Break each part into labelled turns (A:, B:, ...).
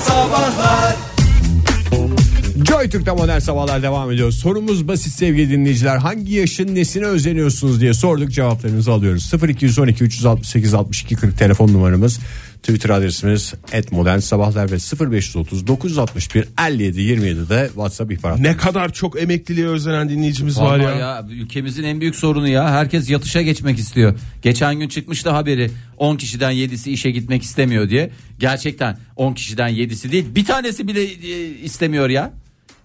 A: Sabahlar
B: Joy Türk'te modern sabahlar devam ediyor. Sorumuz basit sevgili dinleyiciler. Hangi yaşın nesine özeniyorsunuz diye sorduk cevaplarınızı alıyoruz. 0212 368 62 40 telefon numaramız. Twitter adresimiz et modern sabahlar ve 0530 961 57 27 de WhatsApp ihbarat.
C: Ne kadar çok emekliliğe özenen dinleyicimiz var
D: Vallahi
C: ya.
D: ya. ülkemizin en büyük sorunu ya. Herkes yatışa geçmek istiyor. Geçen gün çıkmıştı haberi 10 kişiden 7'si işe gitmek istemiyor diye. Gerçekten 10 kişiden 7'si değil bir tanesi bile e, istemiyor ya.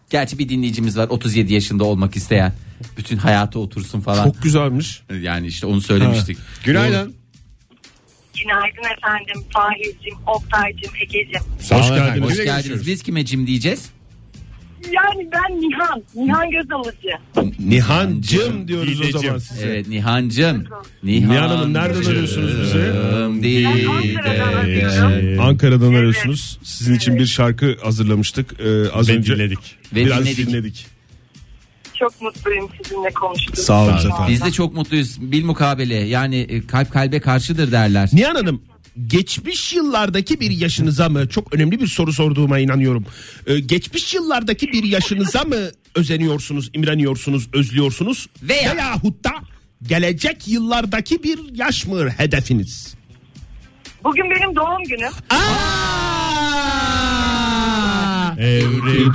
D: Gerçi bir dinleyicimiz var 37 yaşında olmak isteyen. Bütün hayatı otursun falan.
C: Çok güzelmiş.
D: Yani işte onu söylemiştik.
B: Günaydın.
E: Günaydın efendim Fahir'cim, Oktay'cım, Ege'cim.
B: Sağ
C: Hoş
B: olun
C: geldiniz.
B: efendim.
D: Hoş
B: Güle
D: geldiniz.
B: görüşürüz.
D: Biz kime cim diyeceğiz?
E: Yani ben Nihan, Nihan Gözalıcı.
C: Nihancım diyoruz o zaman
B: Didecim.
C: size.
D: Evet Nihancım. Nihan,
C: Nihan Hanım nereden arıyorsunuz bizi?
D: Ee,
C: Ankara'dan arıyorsunuz. Sizin için bir şarkı hazırlamıştık. Ee, az
B: Ve
C: önce
B: dinledik.
D: Ve
C: biraz
D: dinledik.
C: dinledik.
E: Çok mutluyum sizinle konuştuğum
C: Sağ olun
E: için.
C: efendim.
D: Biz de çok mutluyuz. Bilmukabele yani e, kalp kalbe karşıdır derler.
C: Nihan Hanım geçmiş yıllardaki bir yaşınıza mı çok önemli bir soru sorduğuma inanıyorum. Ee, geçmiş yıllardaki bir yaşınıza mı özeniyorsunuz, imreniyorsunuz, özlüyorsunuz
D: Veya-
C: veyahut da gelecek yıllardaki bir yaş mı hedefiniz?
E: Bugün benim doğum günüm.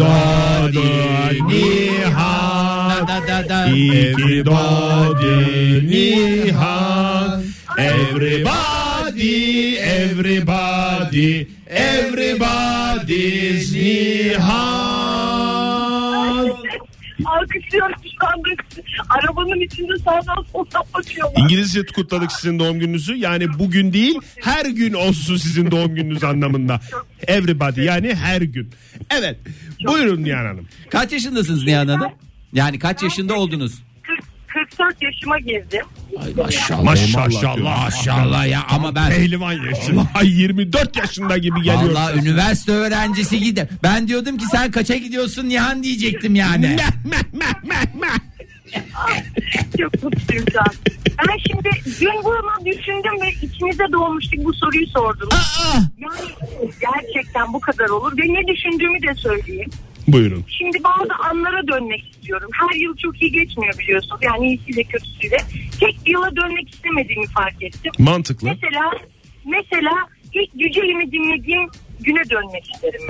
C: Everybody Nihan
D: Da da da.
C: Everybody Nihan Everybody Everybody Everybody's Nihan
E: Alkışlıyorum şu anda. Arabanın içinde sağdan soldan bakıyorlar.
C: İngilizce kutladık sizin doğum gününüzü. Yani bugün değil her gün olsun sizin doğum gününüz anlamında. Everybody yani her gün. Evet. Buyurun Nihan Hanım.
D: Kaç yaşındasınız Nihan Hanım? Yani kaç yaşında oldunuz?
E: 40, 44 yaşıma girdim.
D: Maşallah.
C: Maşallah.
D: Maşallah ya ama ben
C: Pehlivan yaşında. 24 yaşında gibi geliyor.
D: Vallahi üniversite öğrencisi gide. Ben diyordum ki sen kaça gidiyorsun Nihan diyecektim yani.
E: Çok mutluyum şu an. Ben şimdi dün bunu düşündüm ve içinize doğmuştuk bu soruyu sordum. Yani gerçekten bu kadar olur ve ne düşündüğümü de söyleyeyim.
C: Buyurun.
E: Şimdi bazı anlara dönmek istiyorum. Her yıl çok iyi geçmiyor biliyorsun. Yani iyisiyle kötüsüyle. Tek bir yıla dönmek istemediğimi fark ettim.
C: Mantıklı.
E: Mesela mesela ilk Yüce Yemi dinlediğim güne dönmek isterim.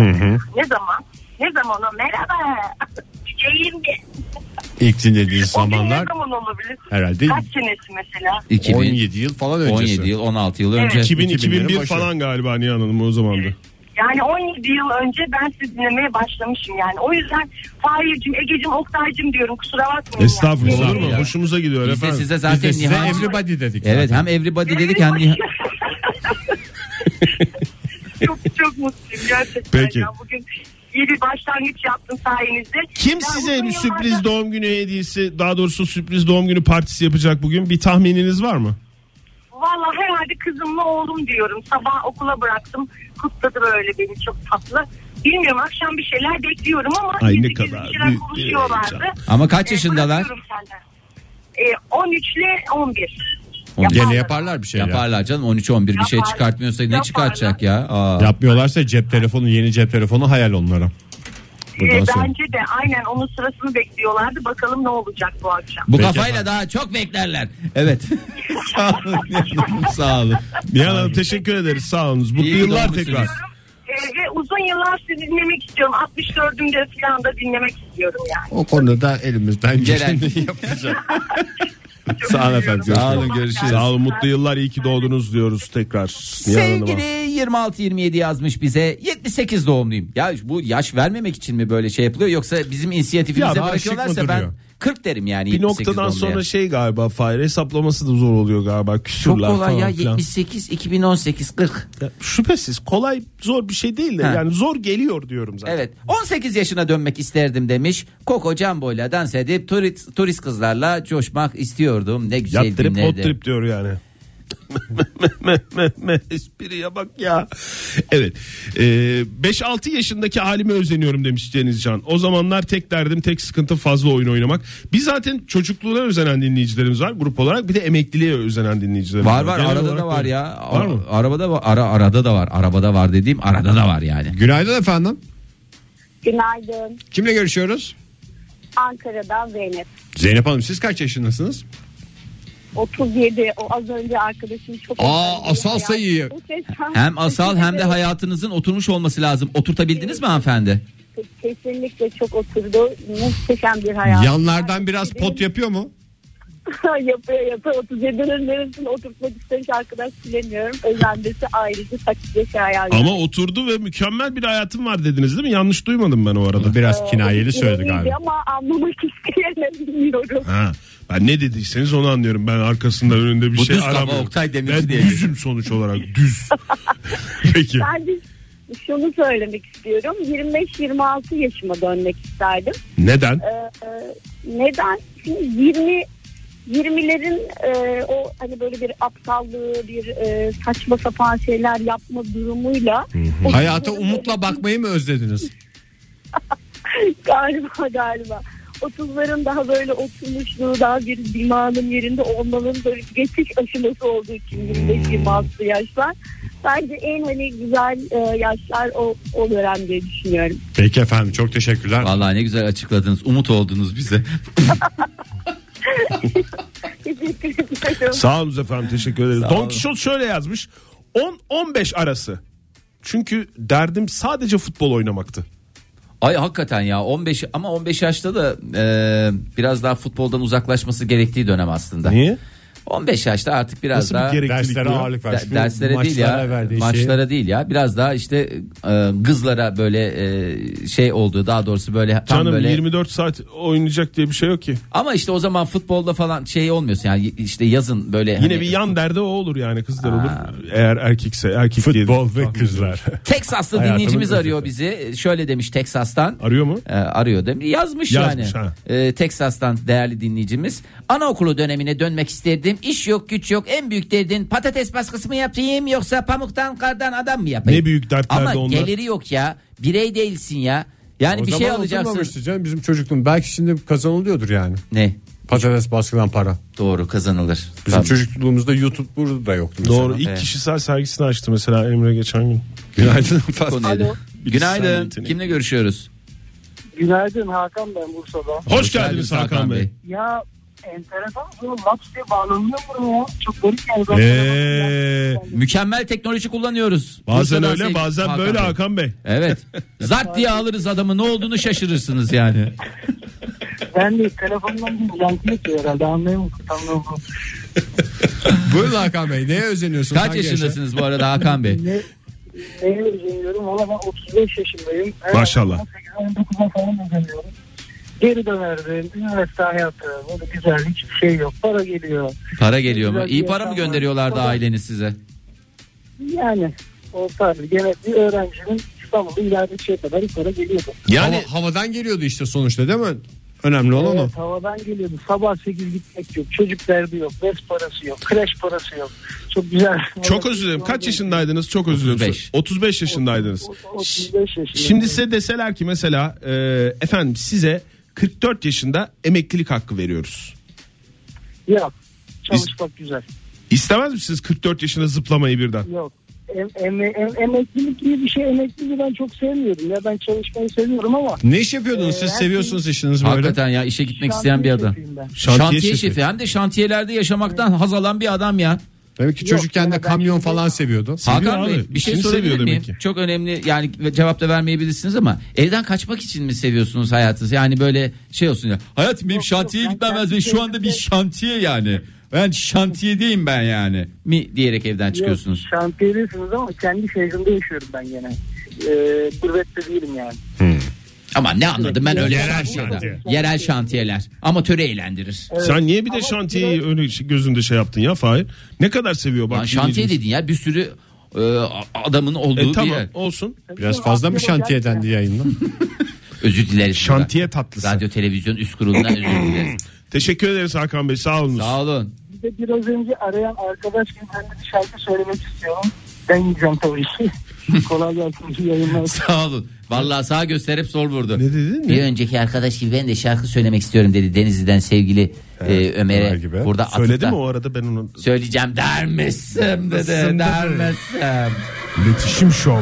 E: Ne zaman? Ne zaman o? Merhaba. Yüce Yemi.
B: İlk dinlediğiniz
E: O gün ne
B: zamanlar
E: zaman olabilir?
B: herhalde
E: Kaç senesi mesela?
D: 2000,
B: 17 yıl falan öncesi.
D: 17 yıl 16 yıl
E: Evet.
D: önce.
C: 2000
B: 2001
C: 2001
B: başı.
C: falan galiba Nihan Hanım o zamandı.
E: Yani 17 yıl önce ben sizi dinlemeye başlamışım yani. O yüzden Fahir'cim, Ege'cim, Oktay'cım diyorum. Kusura bakmayın.
C: Estağfurullah
D: Olur
C: olur
D: mu
C: mu?
D: ya?
C: Hoşumuza gidiyor
D: Biz de
C: efendim.
D: size
B: Biz de
D: zaten
B: size
D: Nihan.
B: everybody dedik.
D: Evet
B: zaten.
D: hem everybody dedik hem
E: Yani.
D: Nihan.
E: çok çok mutluyum gerçekten.
C: Peki.
E: Ya. Bugün iyi bir başlangıç yaptım sayenizde.
C: Kim
E: Ya
C: size
E: uzun
C: bir sürpriz
E: yıllarda-
C: doğum günü hediyesi daha doğrusu sürpriz doğum günü partisi yapacak bugün? Bir tahmininiz var mı?
E: Valla herhalde kızımla oğlum diyorum. Sabah okula bıraktım. Kutladı böyle beni çok tatlı. Bilmiyorum akşam bir şeyler bekliyorum ama
C: Ay,
E: gizli
C: ne
E: gizli
C: kadar
E: bir şeyler
C: büyük bir
E: konuşuyorlardı.
C: heyecan.
D: Ama kaç
E: Ee,
D: yaşındalar?
E: bırakıyorum senden. Ee, 13 ile 11.
B: Gene yaparlar bir şey ya.
D: Yaparlar canım 13 11 bir şey
E: Yaparlar.
D: çıkartmıyorsa ne
E: Yaparlar.
D: çıkartacak ya? Aa.
B: Yapmıyorlarsa cep telefonu yeni cep telefonu hayal onlara.
E: Ee,
B: Buradan sonra.
E: bence de aynen onun sırasını bekliyorlardı. Bakalım ne olacak bu akşam.
D: Bu
B: Peki
D: kafayla
B: efendim.
D: daha çok beklerler. Evet. sağ olun. yanım, sağ olun.
C: Nihan Hanım teşekkür ederiz sağ olun. Mutlu
D: İyi ki
C: yıllar
D: doğmuşsunuz.
C: tekrar.
E: Ee, ve uzun yıllar sizi dinlemek istiyorum. 64'ümde falan da dinlemek istiyorum yani.
B: O konuda elimizden
D: Gelen.
B: geleni yapacağız. Sağ olun efendim. görüşmek
D: Sağ olun,
B: üzere.
D: görüşürüz.
C: Sağ olun mutlu yıllar iyi ki doğdunuz diyoruz tekrar. Nihan Hanım'a.
D: Sevgili 26-27 yazmış bize 78 doğumluyum. Ya bu yaş vermemek için mi böyle şey yapılıyor yoksa bizim
B: Ya
D: inisiyatifimize
B: daha şık
D: bırakıyorlarsa
B: mı
D: ben
B: duruyor?
D: 40 derim yani.
C: Bir
D: 78
C: noktadan
D: doğumluya.
C: sonra şey galiba Fahir hesaplaması da zor oluyor galiba
D: çok
C: küsürler
D: kolay ya
C: falan filan.
D: 78 2018 40.
C: Ya, Şüphesiz kolay zor bir şey değil de
D: Ha.
C: yani zor geliyor diyorum zaten.
D: Evet 18 yaşına dönmek isterdim demiş. Coco Jumbo'yla dans edip turist, turist kızlarla coşmak istiyordum. Ne güzel
C: Yat trip hot
D: günlerdi.
C: trip diyor yani. Meh, meh, meh, Espriye bak ya. Evet. Ee, 5-6 yaşındaki halime özeniyorum demiş Denizcan. O zamanlar tek derdim tek sıkıntı fazla oyun oynamak. Biz zaten çocukluğuna özenen dinleyicilerimiz var grup olarak. Bir de emekliliğe özenen dinleyicilerimiz
D: Var var
C: Genel
D: arada
C: olarak
D: da var
C: böyle.
D: ya.
C: Var mı?
D: Arabada var. Ara, arada da var. Arabada var dediğim arada da var yani.
B: Günaydın efendim.
F: Günaydın.
B: Kimle görüşüyoruz?
F: Ankara'dan Zeynep.
B: Zeynep Hanım siz kaç yaşındasınız?
F: 37 o az önce arkadaşım çok
B: Aa,
F: önemli bir
B: asal
F: hayat-
B: sayıyı.
F: Muhteşem.
D: Hem asal hem de
F: Evet,
D: hayatınızın oturmuş olması lazım. Oturtabildiniz mi hanımefendi?
F: kesinlikle çok oturdu. Muhteşem bir hayat.
B: Yanlardan biraz pot yapıyor mu?
F: yapıyor yapıyor 37'nin neresini oturtmak istemiş arkadaş bilemiyorum. Özenmesi ayrıca takdirde şey hayal.
C: Ama oturdu ve mükemmel bir hayatım var dediniz değil mi? Yanlış duymadım ben o arada.
B: Biraz kinayeli söyledi galiba.
F: Ama anlamak isteyemedim bilmiyorum.
C: Ha. Ben ne dediyseniz onu anlıyorum. Ben arkasında önünde bir
D: Bu
C: şey
D: düz kafa
C: aramıyorum.
D: Oktay Demirci
C: ben
D: diye.
C: düzüm sonuç olarak düz. Peki.
F: Ben de şunu söylemek istiyorum. 25-26 yaşıma dönmek isterdim.
C: Neden?
F: Ee, neden? Şimdi 20 20'lerin e, o hani böyle bir aptallığı, bir e, saçma sapan şeyler yapma durumuyla o-
B: Hayata umutla bakmayı mı özlediniz?
F: galiba galiba. 30'ların daha böyle oturmuşluğu, daha bir dimağının yerinde olmanın böyle geçiş aşaması olduğu için 25-26 yaşlar. Bence en hani güzel e, yaşlar o, o dönem diye düşünüyorum.
B: Peki efendim çok teşekkürler.
D: Vallahi ne güzel açıkladınız. Umut oldunuz bize.
F: Teşekkür ederim.
C: Sağ olun efendim teşekkür ederiz.
D: olun.
C: Don Kişot şöyle yazmış. 10-15 arası. Çünkü derdim sadece futbol oynamaktı.
D: Ay hakikaten ya 15 ama 15 yaşta da e, biraz daha futboldan uzaklaşması gerektiği dönem aslında.
C: Niye?
D: 15 yaşta artık biraz
C: Nasıl bir
D: daha
C: gerek-
B: Derslere
C: ya.
B: ağırlık ver.
D: de-
B: Şu
D: derslere değil
B: maçlara
D: ya
B: verdiği şey.
D: maçlara değil ya biraz daha işte e, kızlara böyle e, şey olduğu daha doğrusu böyle tam
C: Canım
D: böyle
C: 24 saat oynayacak diye bir şey yok ki.
D: ama işte o zaman futbolda falan şey olmuyorsun yani işte yazın böyle hani
C: Yine bir yan derdi o olur yani kızlar olur. Eğer erkekse erkek diye.
B: Futbol ve kızlar.
D: Texaslı
B: Hayatımın
D: dinleyicimiz
B: özeti.
D: arıyor bizi E, şöyle demiş Texas'tan
C: Arıyor mu?
D: E, arıyor demiş. Yazmış,
C: Yazmış,
D: yani.
C: ha.
D: E, Texas'tan değerli dinleyicimiz. Anaokulu dönemine dönmek isterdim. İş yok güç yok. En büyük derdin patates baskısı mı yapayım yoksa pamuktan kardan adam mı yapayım?
C: Ne büyük dertlerdi
D: Ama
C: onlar.
D: geliri yok ya. Birey değilsin ya. Yani
B: O
D: bir şey
B: zaman
D: alacaksın.
B: oturmamıştı canım bizim çocukluğum. Belki şimdi kazanılıyordur yani.
D: Ne?
B: Patates baskıdan para.
D: Doğru kazanılır.
B: Bizim
D: Tabii.
B: çocukluğumuzda YouTube burada da yoktu mesela.
C: Doğru. ilk
D: Evet.
C: kişisel sergisini açtı mesela Emre geçen gün.
B: Günaydın
D: Bu
B: efendim.
D: neydi?
F: Alo.
D: Günaydın.
C: Yeteneği.
D: Kimle görüşüyoruz?
A: Günaydın Hakan ben Bursa'dan.
C: Hoş, geldiniz Hakan Bey.
A: Ya enteresan bunu laps diye bağlanıyor buraya. Çok garip yani. Ben
C: Ee,
D: Mükemmel teknoloji kullanıyoruz.
C: bazen
D: Bursa'dan
C: öyle
D: sevgili
C: bazen böyle
D: Bey.
C: Hakan Bey.
D: Evet. Zart diye alırız adamı ne olduğunu şaşırırsınız yani.
A: Ben de telefondan bir yankı yapıyor herhalde anlayamadım. Anlamadım.
B: Buyurun Hakan Bey neye özeniyorsunuz?
D: Kaç
B: Hangi yaşa?
D: yaşındasınız bu arada Hakan Bey?
A: Ne, neye özeniyorum? Valla ben 35 yaşındayım.
C: Maşallah.
A: 19'a falan özeniyorum. Geri dönerdim. Üniversite hayatı. Böyle güzel hiçbir şey yok. Para geliyor.
D: Para geliyor mu?
A: Güzel bir
D: İyi para mı
A: yaşam
D: gönderiyorlardı
A: var.
D: aileniz size?
A: Yani o tabii gene bir öğrencinin İstanbul'da ileride şey kadar para geliyordu.
B: Yani
C: Yani
B: havadan geliyordu işte sonuçta değil mi? Önemli olan o.
A: Evet, havadan geliyordu. Sabah 8 gitmek yok. Çocuk derdi yok. Ders parası yok. Kreş parası yok. Çok güzel.
C: çok özür dilerim. Kaç yaşındaydınız? Çok özür dilerim.
D: 35.
C: 35 yaşındaydınız.
A: 35 yaşındayım.
C: Şimdi size deseler ki mesela e, efendim size 44 yaşında emeklilik hakkı veriyoruz.
A: Yok. Çalışmak güzel.
C: İstemez misiniz 44 yaşına zıplamayı birden?
A: Yok. Em, em, em- emeklilik gibi bir şey. Emekliliği ben çok sevmiyorum. Ya ben çalışmayı seviyorum ama.
B: Ne iş yapıyordunuz siz
A: Ee,
B: seviyorsunuz işiniz böyle.
D: Hakikaten ya işe gitmek isteyen bir
A: şantiye
D: adam.
A: şefiyim ben.
D: Şantiye,
C: şefi.
D: şefi. hem de şantiyelerde yaşamaktan haz alan bir adam ya.
B: Demek ki
A: Yok,
B: çocukken de
A: yani ben
B: kamyon
A: şimdi-
B: falan seviyordu.
D: Hakan
C: abi.
D: Bey bir şey
C: İşini
D: sorabilir
C: seviyor demek
D: miyim?
C: ki.
D: Çok önemli yani cevap da vermeyebilirsiniz ama evden kaçmak için mi seviyorsunuz hayatınızı? Yani böyle şey olsun ya. Hayatım benim
A: Yok, yok,
D: şantiyeye
A: ben
D: gitmem lazım.
A: kendi
D: Şu anda bir
A: kendime-
D: şantiye yani. Ben şantiyedeyim ben yani. Mi diyerek evden
A: Yok,
D: çıkıyorsunuz.
A: şantiyedesiniz ama kendi şehrimde yaşıyorum ben gene. Ee, gurbette değilim yani.
D: Ama ne anladım ben öyle
B: Yerel
D: şantiyeler.
B: şantiye.
D: Yerel şantiyeler. Amatörü eğlendirir.
A: Evet.
C: Sen niye bir de
A: Ama
C: şantiyeyi öyle şey- gözünde şey yaptın ya Fahir? Ne kadar seviyor bak.
D: Lan şantiye
C: dinleyicimiz.
D: dedin ya bir sürü e, adamın olduğu
C: E,
D: bir
C: tamam
D: yer.
C: olsun.
B: Biraz fazla mı şantiyeden diye yayınla?
D: Özür dileriz.
C: Şantiye
D: buradan.
C: tatlısı.
D: Radyo televizyon üst kurulundan özür dileriz.
C: Teşekkür ederiz Hakan Bey sağ olun.
D: Sağ olun.
A: size biraz önce arayan arkadaş gibi ben de bir şarkı söylemek istiyorum. Ben yiyeceğim tabii ki. Kolay gelsin iyi yayınlar.
D: Sağ olun. Vallahi sağ gösterip sol vurdu.
C: Ne dedin?
D: Bir önceki arkadaş gibi ben de şarkı söylemek istiyorum dedi Denizli'den sevgili e, Ömer'e.
B: Ömer gibi.
D: Burada
C: Söyledi
D: atıfta
C: mi o arada ben onu?
D: Söyleyeceğim dermişsin dedi.
C: Dermişsin dedi.
D: Dermişsin.
C: İletişim şov.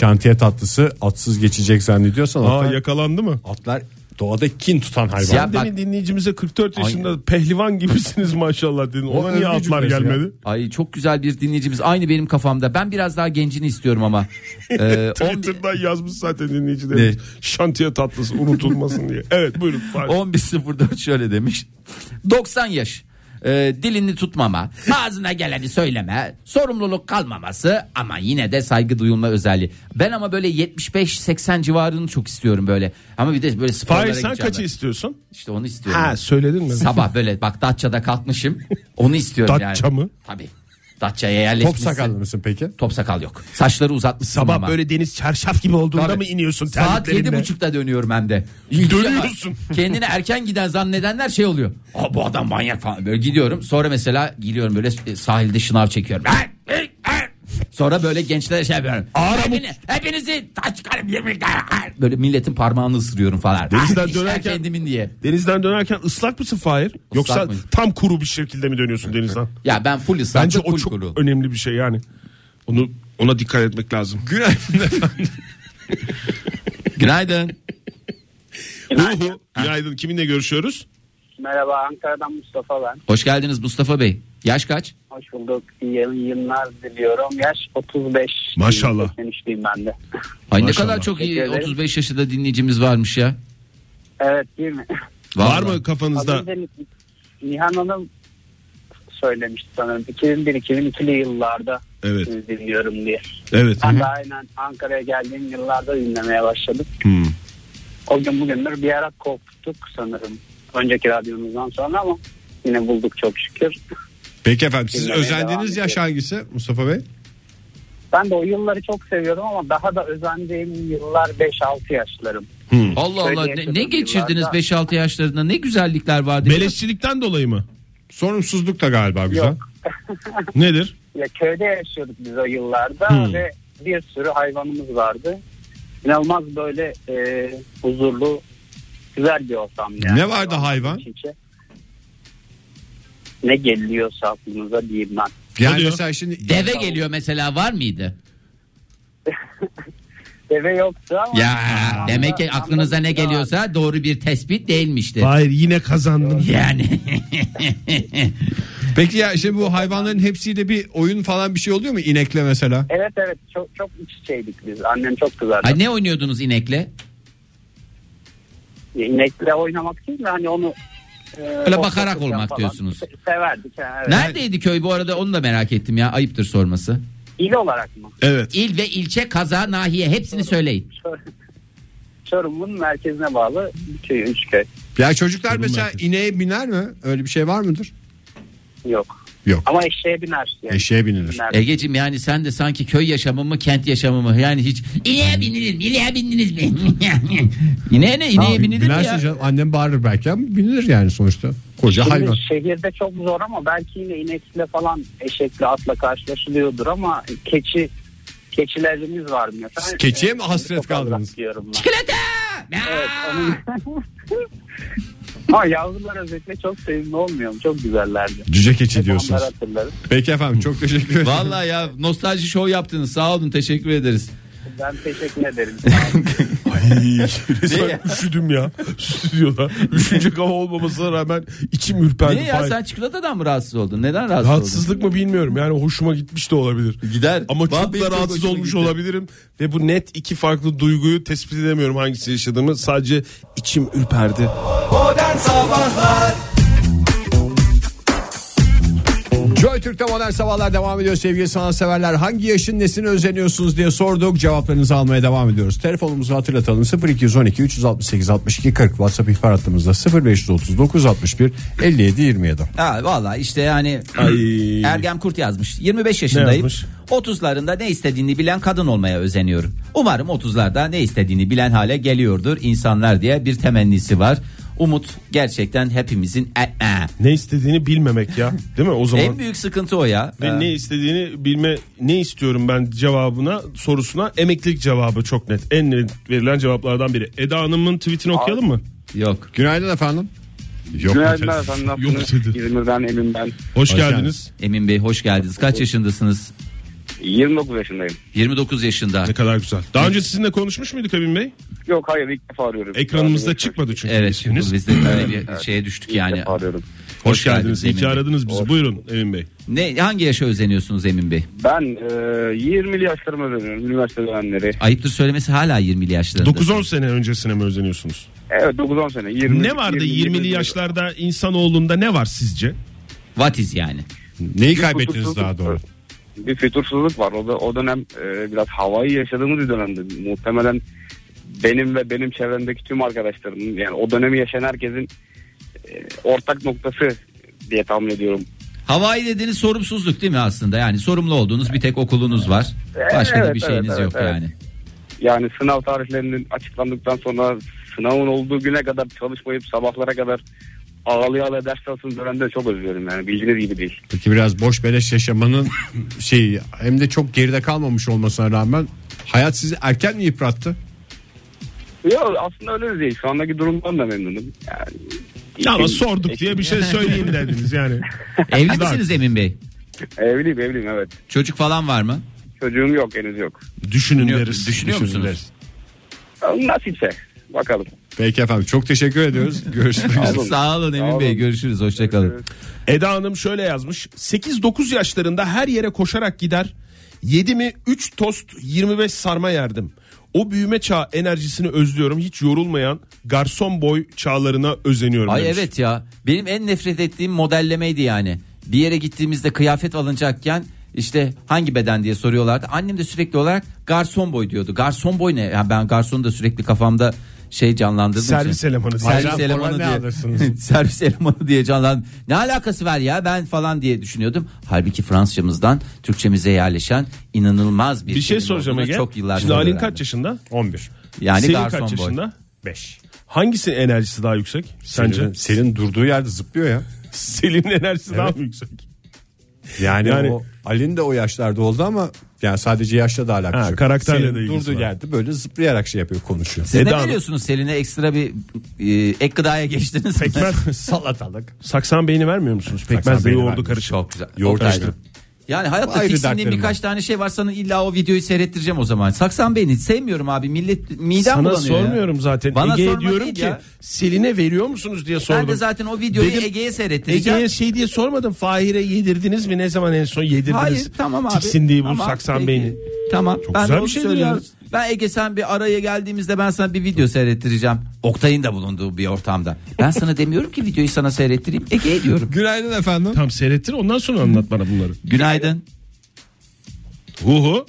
B: Şantiye tatlısı atsız geçecek zannediyorsan
C: Aa
B: atlar,
C: yakalandı mı?
B: atlar doğada kin tutan hayvan.
D: Ya
C: Demin
D: bak-
C: dinleyicimize 44 yaşında pehlivan gibisiniz maşallah dedin. Ona niye
B: övgü
C: atlar
B: cümlesi ya.
C: gelmedi?
D: Ay çok güzel bir dinleyicimiz aynı benim kafamda. Ben biraz daha gencini istiyorum ama. Ee, on-
C: Twitter'dan yazmış zaten dinleyicilerimiz.
D: Ne?
C: Şantiye tatlısı unutulmasın diye. Evet buyurun. Fahir.
D: 11.04 şöyle demiş. 90 yaş. Ee, dilini tutmama, ağzına geleni söyleme, sorumluluk kalmaması ama yine de saygı duyulma özelliği. Ben ama böyle 75-80 civarını çok istiyorum böyle. Ama bir de böyle sporlara
C: Fahir sen
D: gideceğim
C: kaçı
D: ben.
C: istiyorsun?
D: İşte onu istiyorum.
C: Ha söyledin mi?
D: Sabah böyle bak Datça'da kalkmışım. Onu istiyorum yani.
C: Datça mı?
D: Tabii. Datça'ya yerleşmişsin.
B: Top sakallı mısın peki?
D: Top sakal yok. Saçları uzatmışsın
C: Sabah
D: ama.
C: böyle deniz çarşaf gibi olduğunda
D: Tabii.
C: mı iniyorsun
D: Saat yedi
C: terliklerinle?
D: buçukta dönüyorum hem de.
C: Dönüyorsun.
D: Kendini erken giden zannedenler şey oluyor. Aa, bu adam manyak falan. Böyle gidiyorum. Sonra mesela gidiyorum böyle e, sahilde şınav çekiyorum. Sonra böyle gençlere şey yapıyorum.
C: Aramut.
D: Hepini, hepinizi taç çıkarım yeminle. Böyle milletin parmağını ısırıyorum falan.
C: Denizden
D: İşler
C: dönerken-
D: kendimin diye.
C: Denizden dönerken ıslak mısın Fahir? Yoksa
D: mıyım?
C: tam kuru bir şekilde mi dönüyorsun denizden?
D: Ya ben full ıslaklı
C: Bence o
D: full
C: çok
D: kuru.
C: önemli bir şey yani. Onu ona dikkat etmek lazım.
D: Günaydın.
C: Uhu, günaydın. Kiminle görüşüyoruz?
G: Merhaba Ankara'dan Mustafa ben.
D: Hoş geldiniz Mustafa Bey. Yaş kaç?
G: Hoş bulduk. İyi yayınlar diliyorum. Yaş 35.
C: Maşallah.
G: 83'lüyüm ben de.
D: Ay ne
C: Maşallah.
D: kadar çok iyi
G: Teşekkür ederim.
D: 35 yaşında dinleyicimiz varmış ya.
G: Evet değil mi?
C: Var
D: Vallahi.
C: mı kafanızda?
G: Az önce Nihan Hanım söylemişti sanırım. 2001-2002'li yıllarda
C: Evet.
G: sizi dinliyorum diye.
C: Evet.
G: Ben de aynen Ankara'ya geldiğim yıllarda dinlemeye başladım.
C: Hmm.
G: O gün bugündür bir ara koptuk sanırım. Önceki radyomuzdan sonra ama yine bulduk çok şükür.
B: Peki efendim siz
G: Dinlemeye devam
B: özendiğiniz
G: ediyorum.
B: yaş hangisi Mustafa Bey?
G: Ben de o yılları çok seviyorum ama daha da özendiğim yıllar 5-6 yaşlarım.
D: Allah Allah
G: Söyleyecek
D: ne,
G: kadar
D: ne
G: bir
D: geçirdiniz
G: var da.
D: 5-6 yaşlarında ne güzellikler vardı.
C: Beleşçilikten dolayı mı?
B: Sorumsuzluk da galiba güzel.
G: Yok.
C: Nedir?
G: Ya köyde yaşıyorduk biz o yıllarda
C: Hmm.
G: ve bir sürü hayvanımız vardı. İnanılmaz böyle e, huzurlu, güzel bir ortamdı. yani.
B: Ne vardı hayvan?
G: iç içe. Ne geliyorsa aklınıza diyeyim ben.
B: Yani
C: Oluyor.
B: mesela şimdi
D: Deve geliyor mesela var mıydı?
G: Deve yoktu ama...
D: Ya demek ki
G: Ama-
D: aklınıza ne
G: ama-
D: geliyorsa doğru bir tespit değilmişti.
C: Hayır yine kazandım.
D: Yani
B: Peki ya şimdi bu hayvanların hepsiyle bir oyun falan bir şey oluyor mu inekle mesela?
G: Evet evet çok çok iç içeydik biz. Annem çok kızardı.
D: Ay, ne oynuyordunuz inekle?
G: İnekle oynamak değil mi? Hani onu... e,
D: Öyle bakarak
G: otlatırken
D: olmak
G: falan
D: diyorsunuz.
G: se- Severdik. ha, Evet.
D: Neredeydi köy bu arada onu da merak ettim ya ayıptır sorması.
G: İl olarak mı?
C: Evet.
D: İl ve ilçe kaza nahiye hepsini söyleyin.
G: Çor- Çorum'un merkezine bağlı bir köy, Şey, üç köy.
B: Ya çocuklar mesela
C: merkezi.
B: ineğe biner mi? Öyle bir şey var mıdır?
G: Yok.
B: Yok.
G: Ama eşeğe biner. Yani.
B: Eşeğe binilir.
G: Biner.
D: Egeciğim yani sen de sanki köy yaşamı mı kent yaşamı mı yani hiç ineğe bindiniz mi ineğe bindiniz mi? ineğe ne ineğe binilir mi
B: Binersin
D: ya?
B: canım. Annem bağırır belki ama binilir yani sonuçta. Koca
G: Şimdi
B: hayvan.
G: Şehirde çok zor ama belki yine inekle falan eşekle atla karşılaşılıyordur ama keçi keçilerimiz var mesela.
B: Keçiye
G: Ee,
B: mi hasret
G: çok az
B: kaldınız?
G: rastlıyorum ben.
D: Çikolata!
G: Evet, onun- ama yavrular özellikle çok sevimli olmuyor mu? Çok güzellerdi.
B: Cüce keçi
G: Hep
B: diyorsunuz.
G: onları hatırlarım.
B: Peki efendim çok teşekkür ederim.
D: Vallahi ya nostalji şov yaptınız. Sağ olun teşekkür ederiz.
G: Ben teşekkür ederim. Sağ olun.
C: Resmen üşüdüm ya. Stüdyoda. Üşüyecek hava olmamasına rağmen içim ürperdi.
D: Niye ya
C: Fahir.
D: sen çikolatadan mı rahatsız oldun? Neden rahatsız oldun?
C: Rahatsızlık mı bilmiyorum. Yani hoşuma gitmiş de olabilir.
D: Gider.
C: Ama
D: Vallahi
C: çok
D: benim
C: da
D: çok
C: rahatsız
D: hoşuma
C: olmuş
D: gitti.
C: olabilirim. Ve bu net iki farklı duyguyu tespit edemiyorum hangisi yaşadığımı. Sadece içim ürperdi.
B: Joy Türk'te modern sabahlar devam ediyor sevgili sanatseverler. Hangi yaşın nesine özeniyorsunuz diye sorduk. Cevaplarınızı almaya devam ediyoruz. Telefonumuzu hatırlatalım 0212 368 62 40 WhatsApp ihbar hattımızda 0539 61 57 27.
D: Ha, vallahi işte yani
C: Ay.
D: Ergem Kurt yazmış. 25 yaşındayım.
C: yazmış?
D: 30'larında ne istediğini bilen kadın olmaya özeniyorum. Umarım 30'larda ne istediğini bilen hale geliyordur insanlar diye bir temennisi var. Umut gerçekten hepimizin e- e.
C: Ne istediğini bilmemek ya. Değil mi o zaman?
D: en büyük sıkıntı o ya.
C: Ve
D: Ee,
C: ne istediğini bilme ne istiyorum ben cevabına sorusuna emeklilik cevabı çok net. En net verilen cevaplardan biri. Eda Hanım'ın tweetini okuyalım mı?
D: Yok.
B: Günaydın efendim.
H: Yok
I: Günaydın efendim.
C: Yok
I: Nasılsınız?
C: dedi.
I: İzmir'den Emin ben.
C: Hoş,
B: Hoş
C: geldiniz.
D: Emin Bey hoş geldiniz. Kaç yaşındasınız?
I: 29 yaşındayım.
D: 29 yaşında.
C: Ne kadar güzel. Daha önce sizinle konuşmuş muyduk Emin Bey?
I: Yok hayır ilk defa arıyorum.
C: Ekranımızda çıkmadı çünkü
D: Evet
C: isminiz.
D: biz de böyle bir şeye düştük
I: Yani.
D: yani.
I: defa arıyorum.
C: Hoş geldiniz. İyi
D: Emin
C: ki
D: Bey.
C: aradınız bizi. Buyurun Emin Bey.
D: Ne hangi yaşa özeniyorsunuz Emin Bey?
I: Ben e, 20'li yaşlarıma dönüyorum. Üniversite dönemleri.
D: Ayıptır söylemesi hala 20'li yaşlarında.
C: 9-10 sene öncesine mi özeniyorsunuz?
I: Evet 9-10 sene. 20,
C: Ne vardı 20'li yaşlarda insanoğlunda ne var sizce?
D: What is yani?
B: Neyi kaybettiniz daha doğru?
I: Bir fütursuzluk var. O, da, o dönem e, biraz havayı yaşadığımız bir dönemdi. Muhtemelen benim ve benim çevremdeki tüm arkadaşlarımın yani o dönemi yaşayan herkesin e, ortak noktası diye tahmin ediyorum.
D: Havai dediğiniz sorumsuzluk değil mi aslında? Yani sorumlu olduğunuz bir tek okulunuz var. Başka da
I: Evet,
D: bir şeyiniz
I: evet,
D: yok
I: evet,
D: yani.
I: Yani sınav tarihlerinin açıklandıktan sonra sınavın olduğu güne kadar çalışmayıp sabahlara kadar ağlaya ağlaya ders çalıştığım dönemde çok özlüyorum yani bildiğiniz gibi değil.
B: Peki biraz boş beleş yaşamanın şeyi hem de çok geride kalmamış olmasına rağmen hayat sizi erken mi yıprattı?
I: Yok aslında öyle de değil. Şu andaki durumdan da memnunum. Yani,
C: Ama
I: İşim-
C: sorduk diye bir şey söyleyeyim dediniz yani.
D: Evli misiniz Emin Bey?
I: Evliyim evliyim evet.
D: Çocuk falan var mı?
I: Çocuğum yok henüz yok.
C: Düşünün
D: Düşünüyor-
C: deriz.
D: düşünüyor
C: Düşünün
D: musunuz?
C: deriz.
I: Nasipse bakalım.
B: Peki efendim çok teşekkür ediyoruz. Görüşmek üzere.
I: olun.
D: Sağ olun Emin
I: Sağ
D: Bey
I: olun.
D: görüşürüz hoşçakalın.
C: Eda Hanım şöyle yazmış. 8-9 yaşlarında her yere koşarak gider. 7 mi 3 tost 25 sarma yerdim. O büyüme çağı enerjisini özlüyorum. Hiç yorulmayan garson boy çağlarına özeniyorum.
D: Ay
C: demiş.
D: evet ya benim en nefret ettiğim modellemeydi yani. Bir yere gittiğimizde kıyafet alınacakken işte hangi beden diye soruyorlardı. Annem de sürekli olarak garson boy diyordu. Garson boy ne? Yani ben garsonu da sürekli kafamda şey canlandırdım.
C: Servis elemanı.
D: Servis
B: Bayram
D: elemanı
B: forma ne
D: diye.
B: alırsınız?
D: servis elemanı diye canlandım. Ne alakası var ya ben falan diye düşünüyordum. Halbuki Fransızcamızdan Türkçemize yerleşen inanılmaz bir
C: Bir şey
D: kelime
C: soracağım
D: olduğunu
C: Ege.
D: Çok yıllar
C: Şimdi
D: sonra
C: Ali'nin
D: öğrendim.
C: kaç yaşında?
B: 11.
D: Yani
C: Senin
D: garson
C: kaç
D: boy.
C: yaşında?
B: 5.
C: Hangisinin enerjisi daha yüksek sence?
B: Senin, senin durduğu yerde zıplıyor ya.
C: Selin'in enerjisi daha mı yüksek?
B: Yani,
C: Yani-
B: o Ali'nin de o yaşlarda oldu ama yani sadece yaşla da alakası
C: Ha,
B: yok.
C: karakterle
B: Senin
C: de ilgisi
B: durduğu
C: var.
B: yerde böyle zıplayarak şey yapıyor konuşuyor.
D: Siz
C: Eda
D: ne
C: Hanım.
D: veriyorsunuz Selin'e ekstra bir e, ek gıdaya geçtiniz mi?
C: Pekmez.
B: Salatalık.
C: Saksan beyni vermiyor musunuz? Pekmezle
B: Saksan beyni
C: yoğurdu
B: vermiyor.
C: karışık.
D: Çok güzel.
B: Yoğurt
D: Çok
B: açtım.
D: güzel. Yani hayatta
B: Ayrı
D: tiksindiğim
B: dertlerim
D: birkaç tane şey var sana illa o videoyu seyrettireceğim o zaman. Saksan beni sevmiyorum abi millet midem
C: Sana
D: bulanıyor. ya.
C: sormuyorum zaten.
D: Bana
C: Ege'ye
D: sorma
C: diyorum
D: değil
C: ki
D: ya. E,
C: Selin'e veriyor musunuz diye sordum.
D: Ben de zaten o videoyu
C: Dedim,
D: Ege'ye seyrettireceğim.
C: Ege'ye şey diye sormadım. Fahir'e yedirdiniz mi? Ne zaman en son yedirdiniz?
D: Hayır tamam abi.
C: Tiksindiği bu
D: Tamam,
C: saksan
D: peki.
C: beyni.
D: Tamam.
C: Çok
D: ben
C: güzel
D: de
C: bir
D: onu
C: şeydir
D: söylüyorum.
C: ya.
D: Ben Ege sen bir araya geldiğimizde ben sana bir video seyrettireceğim. Oktay'ın da bulunduğu bir ortamda. Ben sana demiyorum ki videoyu sana seyrettireyim. Ege'ye diyorum.
B: Günaydın efendim.
C: Tamam seyrettir ondan sonra anlat bana bunları.
D: Günaydın.
C: Hu hu.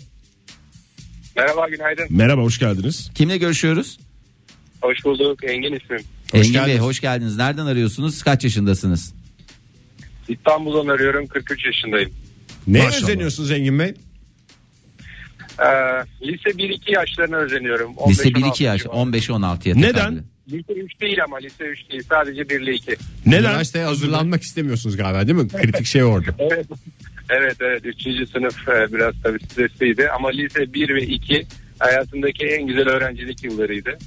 J: Merhaba günaydın.
C: Merhaba hoş geldiniz.
D: Kimle görüşüyoruz?
J: Hoş bulduk. Engin ismim.
B: Hoş
D: Engin Bey
B: geldiniz.
D: hoş geldiniz. Nereden arıyorsunuz? Kaç yaşındasınız?
J: İstanbul'dan arıyorum. 43 yaşındayım.
B: Neye
C: Maşallah.
B: özeniyorsunuz Engin Bey?
J: Ee, lise 1-2 yaşlarına özeniyorum. 15,
D: Lise 1-2
J: 16
D: yaş.
J: civarı.
D: 15-16'ya
C: Neden?
D: tekabül.
J: Lise 3 değil ama lise 3 değil. Sadece 1 ile 2.
C: Neden?
B: Üniversiteye hazırlanmak istemiyorsunuz galiba değil mi? Kritik şey orada.
J: Evet. Evet evet 3. sınıf e, biraz tabii stresliydi ama lise 1 ve 2 hayatımdaki en güzel öğrencilik yıllarıydı.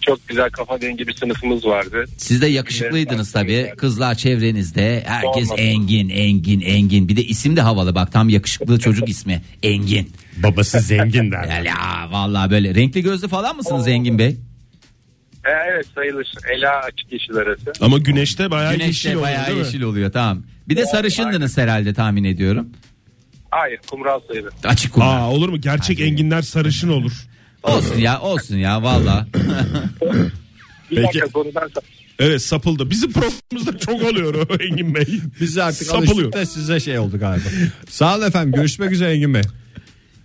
J: Çok güzel kafa dengi bir sınıfımız vardı.
D: Siz de yakışıklıydınız tabii. Kızlar çevrenizde. Herkes
J: Sorma.
D: Engin, Engin, Engin. Bir de isim de havalı bak. Tam yakışıklı çocuk ismi. Engin.
B: Babası zengin derler.
D: Ya vallahi böyle. Renkli gözlü falan mısınız Engin Bey?
J: E, evet sayılır. Ela açık yeşil arası.
C: Ama güneşte bayağı yeşil
D: Güneşte
C: oluyor
D: bayağı
C: değil mi?
D: yeşil oluyor tamam. Bir de sarışındınız herhalde tahmin ediyorum.
J: Hayır kumral sayılır.
D: Açık kumlar.
C: Aa olur mu? Gerçek enginler sarışın olur.
D: Olsun ya olsun ya valla.
J: Bir
B: Peki.
J: dakika konudan
C: Evet sapıldı. Bizim programımızda çok oluyor o Engin Bey.
B: Biz artık
C: Sapılıyor.
B: alıştık da size şey oldu galiba. Sağ olun efendim. Görüşmek üzere Engin Bey.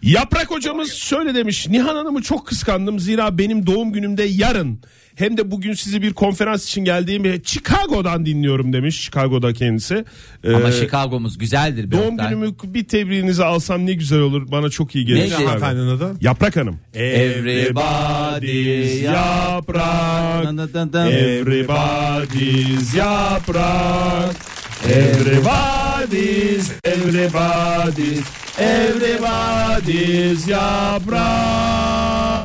C: Yaprak hocamız şöyle demiş. Nihan Hanım'ı çok kıskandım zira benim doğum günümde yarın hem de bugün sizi bir konferans için geldiğim bir Chicago'dan dinliyorum demiş. Chicago'da kendisi.
D: Ama
C: Ee,
D: Chicago'muz güzeldir. bir
C: Doğum
D: Oktay.
C: günümü bir tebriğinizi alsam ne güzel olur. Bana çok iyi gelir.
D: Neydi
C: Abi.
B: Hanımefendinin adı?
C: Yaprak Hanım.
D: Everybody's yaprak. Dın dın dın.
C: Everybody's yaprak. Everybody's, everybody's, everybody's yaprak.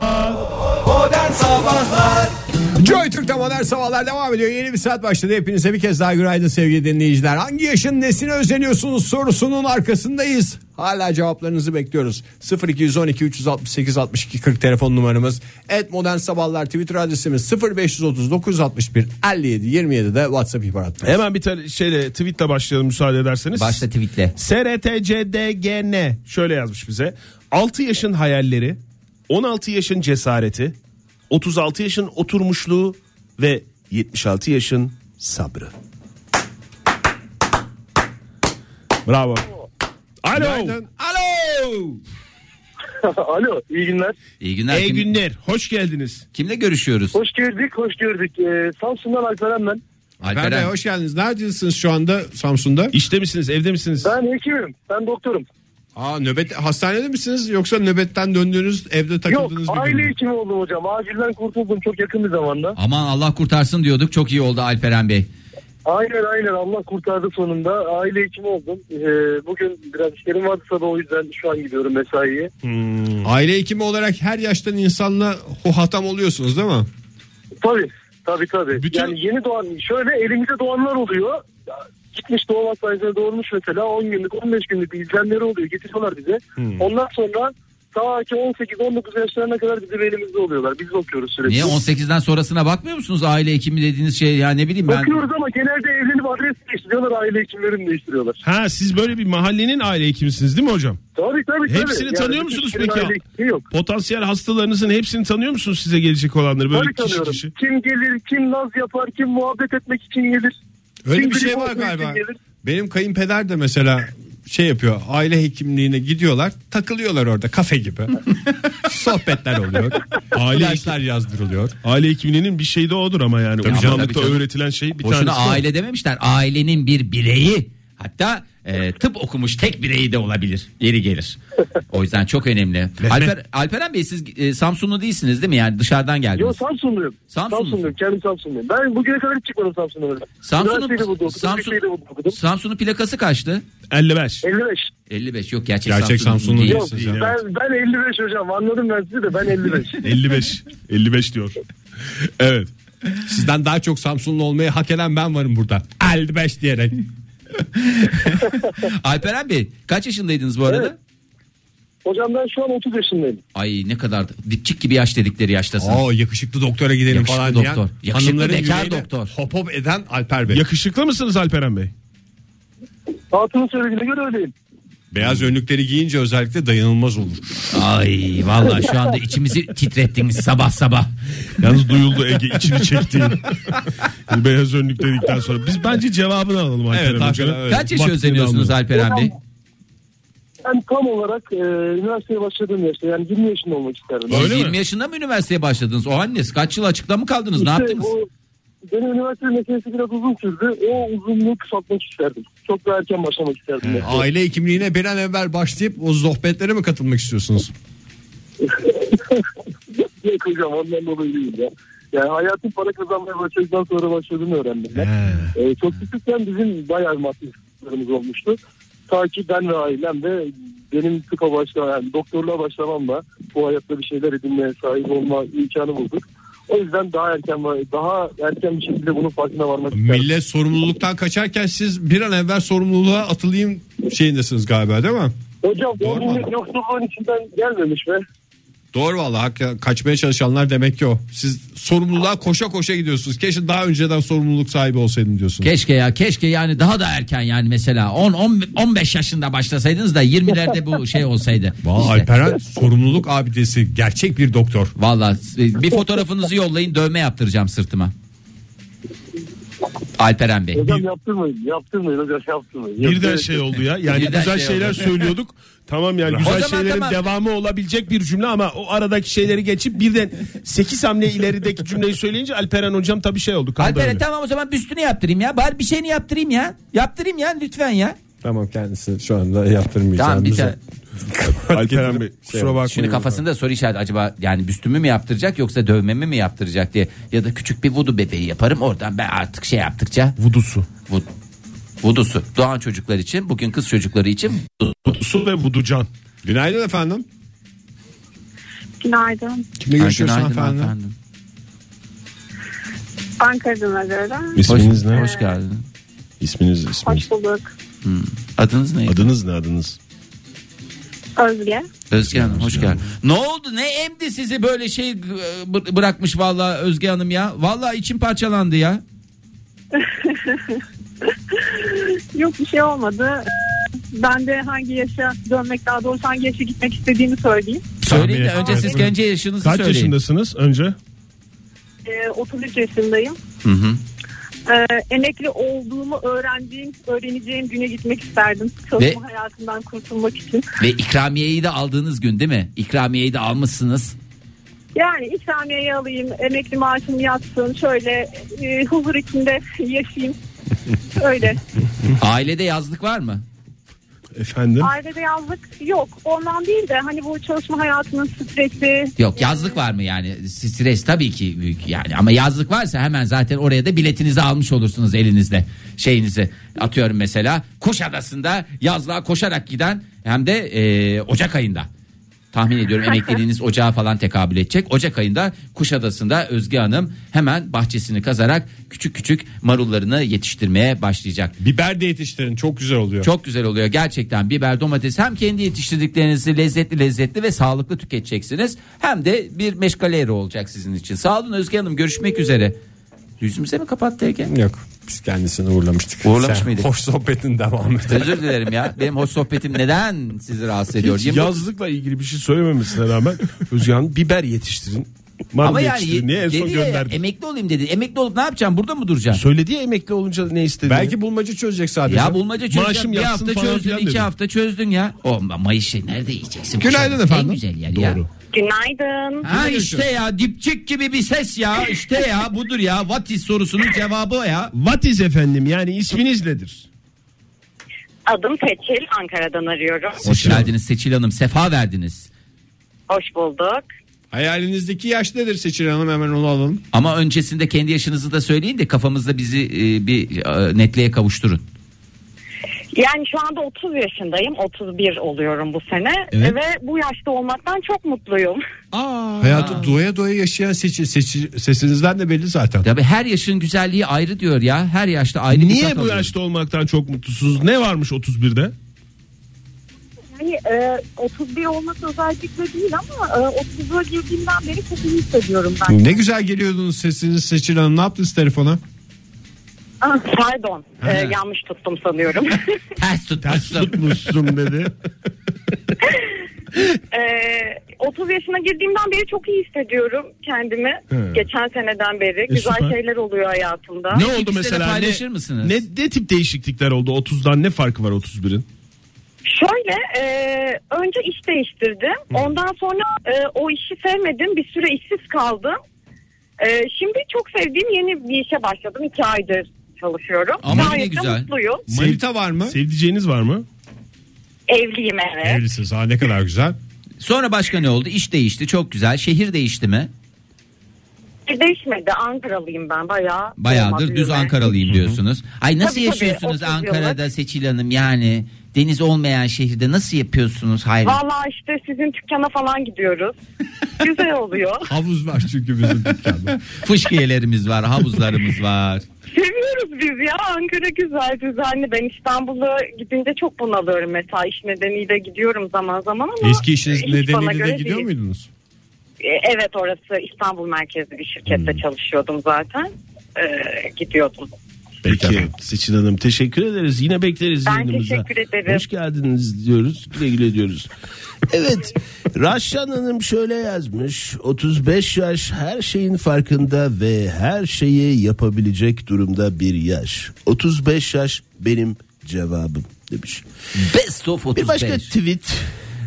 B: Joy Türk'te modern sabahlar devam ediyor. Yeni bir saat başladı. Hepinize bir kez daha günaydın sevgili dinleyiciler. Hangi yaşın nesine özeniyorsunuz sorusunun arkasındayız. Hala cevaplarınızı bekliyoruz. 0212 368 62 40 telefon numaramız. Et modern sabahlar Twitter adresimiz 0530 961 57 27 de WhatsApp ihbar hattı.
C: Hemen bir tane şeyle tweetle başlayalım müsaade ederseniz.
D: Başla tweetle.
C: SRTCDGN şöyle yazmış bize. 6 yaşın hayalleri, 16 yaşın cesareti, 36 yaşın oturmuşluğu ve 76 yaşın sabrı. Bravo. Alo. Alo.
A: Alo iyi günler.
D: İyi günler.
C: İyi
D: Kim-
C: günler. Hoş geldiniz.
D: kimle görüşüyoruz?
A: Hoş gördük hoş gördük. Ee, Samsun'dan Alperen ben.
B: Alper Bey
D: Alperen.
B: hoş geldiniz. Neredesiniz şu anda Samsun'da?
C: İşte misiniz? Evde misiniz?
A: Ben hekimim ben doktorum.
B: Aa nöbet hastanede misiniz yoksa nöbetten döndüğünüz evde
A: Yok
B: takıldığınız bir
A: aile
B: durum mu?
A: hekimi oldum hocam. Acilden kurtuldum çok yakın bir zamanda.
D: Aman Allah kurtarsın diyorduk. Çok iyi oldu Alperen Bey.
A: Aynen aynen Allah kurtardı sonunda. Aile hekimi oldum. Ee, bugün biraz işlerim vardı sabah o yüzden şu an gidiyorum mesaiye.
B: Aile hekimi olarak her yaştan insanla hohatam oluyorsunuz değil mi?
A: Tabii tabii tabii.
C: Bütün-
A: Yani yeni doğan şöyle elimize doğanlar oluyor. Ya, Gitmiş doğum hastanesine doğurmuş mesela 10 günlük 15 günlük bir izlemleri oluyor getiriyorlar bize. Ondan sonra ta ki 18-19 yaşlarına kadar bizim elimizde oluyorlar. Biz bakıyoruz sürekli.
D: Niye 18'den sonrasına bakmıyor musunuz aile hekimi dediğiniz şey? Ya ne bileyim ben.
A: Bakıyoruz ama genelde evlenip adres değiştiriyorlar aile hekimlerini değiştiriyorlar.
C: Ha siz böyle bir mahallenin aile hekimisiniz değil mi hocam?
A: Tabii tabii. tabii.
C: Hepsini tanıyor
A: bütün
C: musunuz
A: kişilerin
C: peki?
A: aile hekimi yok.
C: Potansiyel hastalarınızın hepsini tanıyor musunuz size gelecek olanları böyle
A: Tabii
C: kişi
A: tanıyorum.
C: kişi?
A: Kim gelir, kim naz yapar, kim muhabbet etmek için gelir.
B: Öyle
A: kim
B: bir şey
A: grip
B: var
A: olduğu için
B: galiba.
A: gelir.
B: Benim kayınpeder de mesela şey yapıyor. Aile hekimliğine gidiyorlar. Takılıyorlar orada kafe gibi. Sohbetler oluyor.
C: Aile
B: İlaçlar yazdırılıyor.
C: Aile hekimliğinin bir şeyi de odur ama yani.
D: Tabii canım,
C: Uzmanlıkta
D: tabii canım.
C: öğretilen şey bir
D: Boşuna
C: tanesi. o.
D: aile dememişler. Ailenin bir bireyi. Hatta e, tıp okumuş tek bireyi de olabilir. Yeri gelir. O yüzden çok önemli. Alper, Alperen Bey siz e, Samsunlu değilsiniz değil mi? Yani dışarıdan
A: Yo
D: geldiniz.
A: Samsunluyum.
D: Samsunlusun.
A: Samsunluyum. Kendim Samsunluyum. Ben bugüne kadar hiç çıkmadım Samsun'dan. Üniversiteyi de burada
D: Samsun'un
A: okudum. liseyi de burada
D: Samsun,
A: okudum.
D: Samsun'un plakası kaçtı?
C: 55.
A: 55.
D: 55 yok gerçek,
B: Gerçek Samsunlu
D: Samsunlu değil.
A: Yok
B: değilsiniz. ya.
A: ben, ben 55 hocam anladım ben sizi de ben 55.
C: 55. 55 diyor. Evet.
B: Sizden daha çok Samsunlu olmayı hak eden ben varım burada. 55 diyerek.
D: Alperen Bey kaç yaşındaydınız bu arada?
A: Evet. hocam ben şu an 30 yaşındayım.
D: Ay ne kadar da- dipçik gibi yaş dedikleri yaştasınız.
B: Oo yakışıklı doktora gidelim
D: Yakışıklı
B: falan diyen.
D: doktor. Yakışıklı
B: hanımların
D: bekar
B: yüreğine
D: doktor.
B: Hop hop eden Alper Bey.
C: Yakışıklı mısınız Alperen Bey?
A: Hatun'un söylediğine göre öyleyim.
B: Beyaz önlükleri giyince özellikle dayanılmaz olur.
D: Hmm. Ay vallahi şu anda içimizi titrettiniz sabah sabah.
C: Yalnız duyuldu Ege içini çektiğin. Beyaz önlük dedikten sonra. Biz bence cevabını alalım Alperen
B: Evet,
C: Hoca'nın.
B: hakikaten öyle.
D: Kaç yaş
C: Vaktini
D: özeniyorsunuz
C: almayalım.
D: Alperen Bey?
A: Ben tam olarak e, üniversiteye başladığım yaşta yani 20 yaşında olmak isterdim.
C: Öyle
D: Siz
C: mi?
D: 20 yaşında mı üniversiteye başladınız? O annesi kaç yıl açıkta mı kaldınız? ne
A: İşte
D: yaptınız?
A: bu- benim üniversite meselesi biraz uzun sürdü. O uzunluğu kısaltmak isterdim. Çok da erken başlamak isterdim. Yani.
B: Aile hekimliğine bir an evvel başlayıp o sohbetlere mi katılmak istiyorsunuz?
A: Yok hocam ondan dolayı değil ya. Yani hayatın para kazanmaya başladıktan sonra başladığını öğrendim ben. Ee, çok küçükken bizim bayağı maddi sıkıntılarımız olmuştu. Ta ki ben ve ailem de benim tıpa başla, yani doktorluğa başlamamla bu hayatta bir şeyler edinmeye sahip olma imkanı bulduk. O yüzden daha erken daha erken bir şekilde bunun farkına varmak istedim.
B: Millet sorumluluktan kaçarken siz bir an evvel sorumluluğa atılayım şeyindesiniz gaba değil mi?
A: Hocam
B: Doğru
A: o
B: mu?
A: millet yoksulluğun içinden gelmemiş be.
B: Doğru valla hak- kaçmaya çalışanlar demek ki o. Siz sorumluluğa koşa koşa gidiyorsunuz. Keşke daha önceden sorumluluk sahibi olsaydım diyorsunuz.
D: Keşke ya keşke yani daha da erken yani mesela 10 10 15 yaşında başlasaydınız da 20'lerde bu şey olsaydı.
B: Valla
D: İşte.
B: Alperen sorumluluk abidesi gerçek bir doktor.
D: Vallahi e, bir fotoğrafınızı yollayın dövme yaptıracağım sırtıma. Alperen Bey.
A: Hocam yaptırmayın. Yaptırmayın hocam yaptırmayın.
C: Birden
A: Yok,
C: şey oldu ya. Yani
D: Birden
C: güzel
D: şey
C: şeyler
D: oldu.
C: söylüyorduk. Tamam yani
D: O
C: güzel
D: zaman
C: şeylerin
D: tamam.
C: devamı olabilecek bir cümle ama o aradaki şeyleri geçip birden 8 hamle ilerideki cümleyi söyleyince Alperen hocam tabii şey oldu. Kaldı
D: Alperen
C: öyle.
D: tamam o zaman büstünü yaptırayım ya. Bari bir şeyini yaptırayım ya. Yaptırayım ya lütfen ya.
B: Tamam kendisi şu anda yaptırmayacağım.
D: Tamam bir tane.
C: Alperen Bey kusura bakmayın.
D: Şey, Şimdi kafasında soru işareti acaba yani büstümü mü yaptıracak yoksa dövmemi mi yaptıracak diye. Ya da küçük bir vudu bebeği yaparım oradan ben artık şey yaptıkça.
C: Vudusu.
D: Vud, vudusu. Doğan çocuklar için bugün kız çocukları için vudu-
C: Vudusu ve vuducan.
B: Günaydın efendim.
K: Günaydın.
B: Kimle görüşüyoruz
D: Günaydın
B: efendim?
D: hanımefendi.
K: Ankara'dan arıyorum.
D: Hoş, hoş geldin. Hmm.
C: İsminiz isminiz.
K: Hoş bulduk.
D: Adınız neydi?
C: Adınız ne adınız?
K: Özge.
D: Özge Hanım hoş geldin. Ne oldu ne emdi sizi böyle şey e, bı- bırakmış vallahi Özge Hanım ya. Vallahi içim parçalandı ya.
K: Yok bir şey olmadı. Ben de hangi yaşa dönmek daha doğrusu hangi yaşa gitmek istediğimi söyleyeyim.
D: Söyleyin de
C: Tahmin
D: önce
C: ettim.
D: siz gence yaşınızı
C: Kaç
D: söyleyin.
C: yaşındasınız önce?
K: Ee, 33 yaşındayım.
D: Hı hı.
K: Ee, emekli olduğumu öğrendiğim, öğreneceğim güne gitmek isterdim. Çalışma
D: Ve-
K: hayatından kurtulmak için.
D: Ve ikramiyeyi de aldığınız gün değil mi? İkramiyeyi de almışsınız.
K: Yani ikramiyeyi alayım, emekli maaşım yatsın, şöyle e, huzur içinde yaşayayım. Öyle.
D: Ailede yazlık var mı?
C: Efendim?
K: Ailede yazlık yok. Ondan değil de hani bu çalışma hayatının stresi.
D: Yok yazlık var mı yani? Stres tabii ki büyük yani ama yazlık varsa hemen zaten oraya da biletinizi almış olursunuz elinizde. Şeyinizi atıyorum mesela Koşadası'nda yazlığa koşarak giden hem de e, Ocak ayında. Tahmin ediyorum emekliliğiniz ocağa falan tekabül edecek. Ocak ayında Kuşadası'nda Özge Hanım hemen bahçesini kazarak küçük küçük marullarını yetiştirmeye başlayacak.
B: Biber de yetiştirin çok güzel oluyor.
D: Çok güzel oluyor gerçekten biber domates hem kendi yetiştirdiklerinizi lezzetli lezzetli ve sağlıklı tüketeceksiniz hem de bir meşgale yeri olacak sizin için. Sağ olun Özge Hanım görüşmek üzere. Yüzümüze mi kapattı Ege?
B: Yok biz kendisini uğurlamıştık.
D: Uğurlamış
B: Sen
D: mıydık?
B: Hoş sohbetin devamı.
D: Özür dilerim ya benim hoş sohbetim neden sizi rahatsız ediyor?
C: Hiç
D: Yirmi-
C: yazlıkla ilgili bir şey söylememesine rağmen Özge Hanım biber yetiştirin. Marul
D: Ama yani
C: yetiştirin diye en son
D: dedi ya,
C: gönderdi.
D: emekli olayım dedi. Emekli olup ne yapacağım burada mı duracağım?
C: Söyledi ya emekli olunca ne istedi?
B: Belki bulmacı çözecek sadece.
D: Ya bulmaca çözeceğim.
C: Maaşım
D: Bir
C: yatsın
D: hafta
C: falan
D: çözdün,
C: filan
D: iki
C: dedi.
D: hafta çözdün ya. O Mayış'ı nerede yiyeceksin?
B: Günaydın
D: En
B: efendim.
D: güzel yer ya.
C: Doğru.
K: Günaydın.
D: Ha işte ya dipçik gibi bir ses ya işte ya budur ya what is sorusunun cevabı o ya.
C: What is efendim yani isminiz nedir?
E: Adım Seçil, Ankara'dan arıyorum.
D: Hoş geldiniz Seçil Hanım sefa verdiniz.
E: Hoş bulduk.
B: Hayalinizdeki yaş nedir Seçil Hanım hemen onu alalım.
D: Ama öncesinde kendi yaşınızı da söyleyin de kafamızda bizi e, bir e, netliğe kavuşturun.
E: Yani şu anda 30 yaşındayım. 31 oluyorum bu sene.
C: Evet.
E: Ve bu yaşta olmaktan çok mutluyum.
B: Hayatı doya doya yaşayan Seçil, Seçil- sesinizden de belli zaten.
D: Tabii her yaşın güzelliği ayrı diyor ya. Her yaşta ayrı bir tat
C: Niye bu
D: alıyor.
C: yaşta olmaktan çok mutlusunuz? Ne varmış 31'de?
K: Yani e, 31 olması özellikle değil ama e, 30'a girdiğimden beri çok iyi hissediyorum ben.
B: Ne güzel geliyordunuz sesiniz Seçil Hanım. Ne yaptınız telefona?
E: Ah, Pardon. Ee, yanlış tuttum sanıyorum.
D: Ters tutmuşsun.
C: Mutlusun dedi.
E: Ee, 30 yaşına girdiğimden beri çok iyi hissediyorum kendimi.
C: Hı.
E: Geçen seneden beri. Güzel
C: E, süper.
E: şeyler oluyor hayatımda.
C: ne oldu
D: bizlere
C: mesela?
D: paylaşır
C: ne,
D: mısınız?
C: Ne, ne tip değişiklikler oldu 30'dan ne farkı var 31'in?
E: Şöyle e, önce iş değiştirdim. Ondan sonra e, o işi sevmedim. Bir süre işsiz kaldım. E, şimdi çok sevdiğim yeni bir işe başladım. İki aydır çalışıyorum.
D: Ama ne
E: Gayet de
D: güzel.
E: mutluyum.
B: Manita var mı?
C: Sevdiceğiniz var mı?
E: Evliyim evet.
B: Evlisiniz. Ha, ne kadar güzel.
D: Sonra başka ne oldu? İş değişti çok güzel. Şehir değişti mi?
E: Bir E, Değişmedi. Ankaralıyım ben bayağı.
D: Bayağıdır düz
E: Ankaralıyım.
D: Ankaralıyım diyorsunuz. Ay nasıl
E: Tabii, tabii,
D: yaşıyorsunuz
E: 30 yıllık.
D: Ankara'da Seçil Hanım yani? Deniz olmayan şehirde nasıl yapıyorsunuz hayret?
E: Valla işte sizin dükkana falan gidiyoruz. Güzel oluyor.
B: Havuz var çünkü bizim dükkanda.
D: Fışkiyelerimiz var, havuzlarımız var.
E: Seviyoruz biz ya. Ankara güzel, düzenli. Ben İstanbul'a gidince çok bunalıyorum mesela. iş nedeniyle gidiyorum zaman zaman ama.
B: Eski işiniz
E: hiç bana
B: nedeniyle
E: göre
B: de gidiyor
E: değil.
B: muydunuz?
E: E, Evet
D: Hmm.
E: orası İstanbul merkezli bir şirkette çalışıyordum zaten. E, gidiyordum.
C: Peki. Seçin Hanım teşekkür ederiz. Yine bekleriz
E: Ben
C: yayınımıza.
E: teşekkür ederim.
C: Hoş geldiniz diyoruz. Güle güle diyoruz. evet. Raşan Hanım şöyle yazmış. 35 yaş her şeyin farkında ve her şeyi yapabilecek durumda bir yaş. 35 yaş benim cevabım demiş.
D: Best of 35.
C: Bir başka tweet.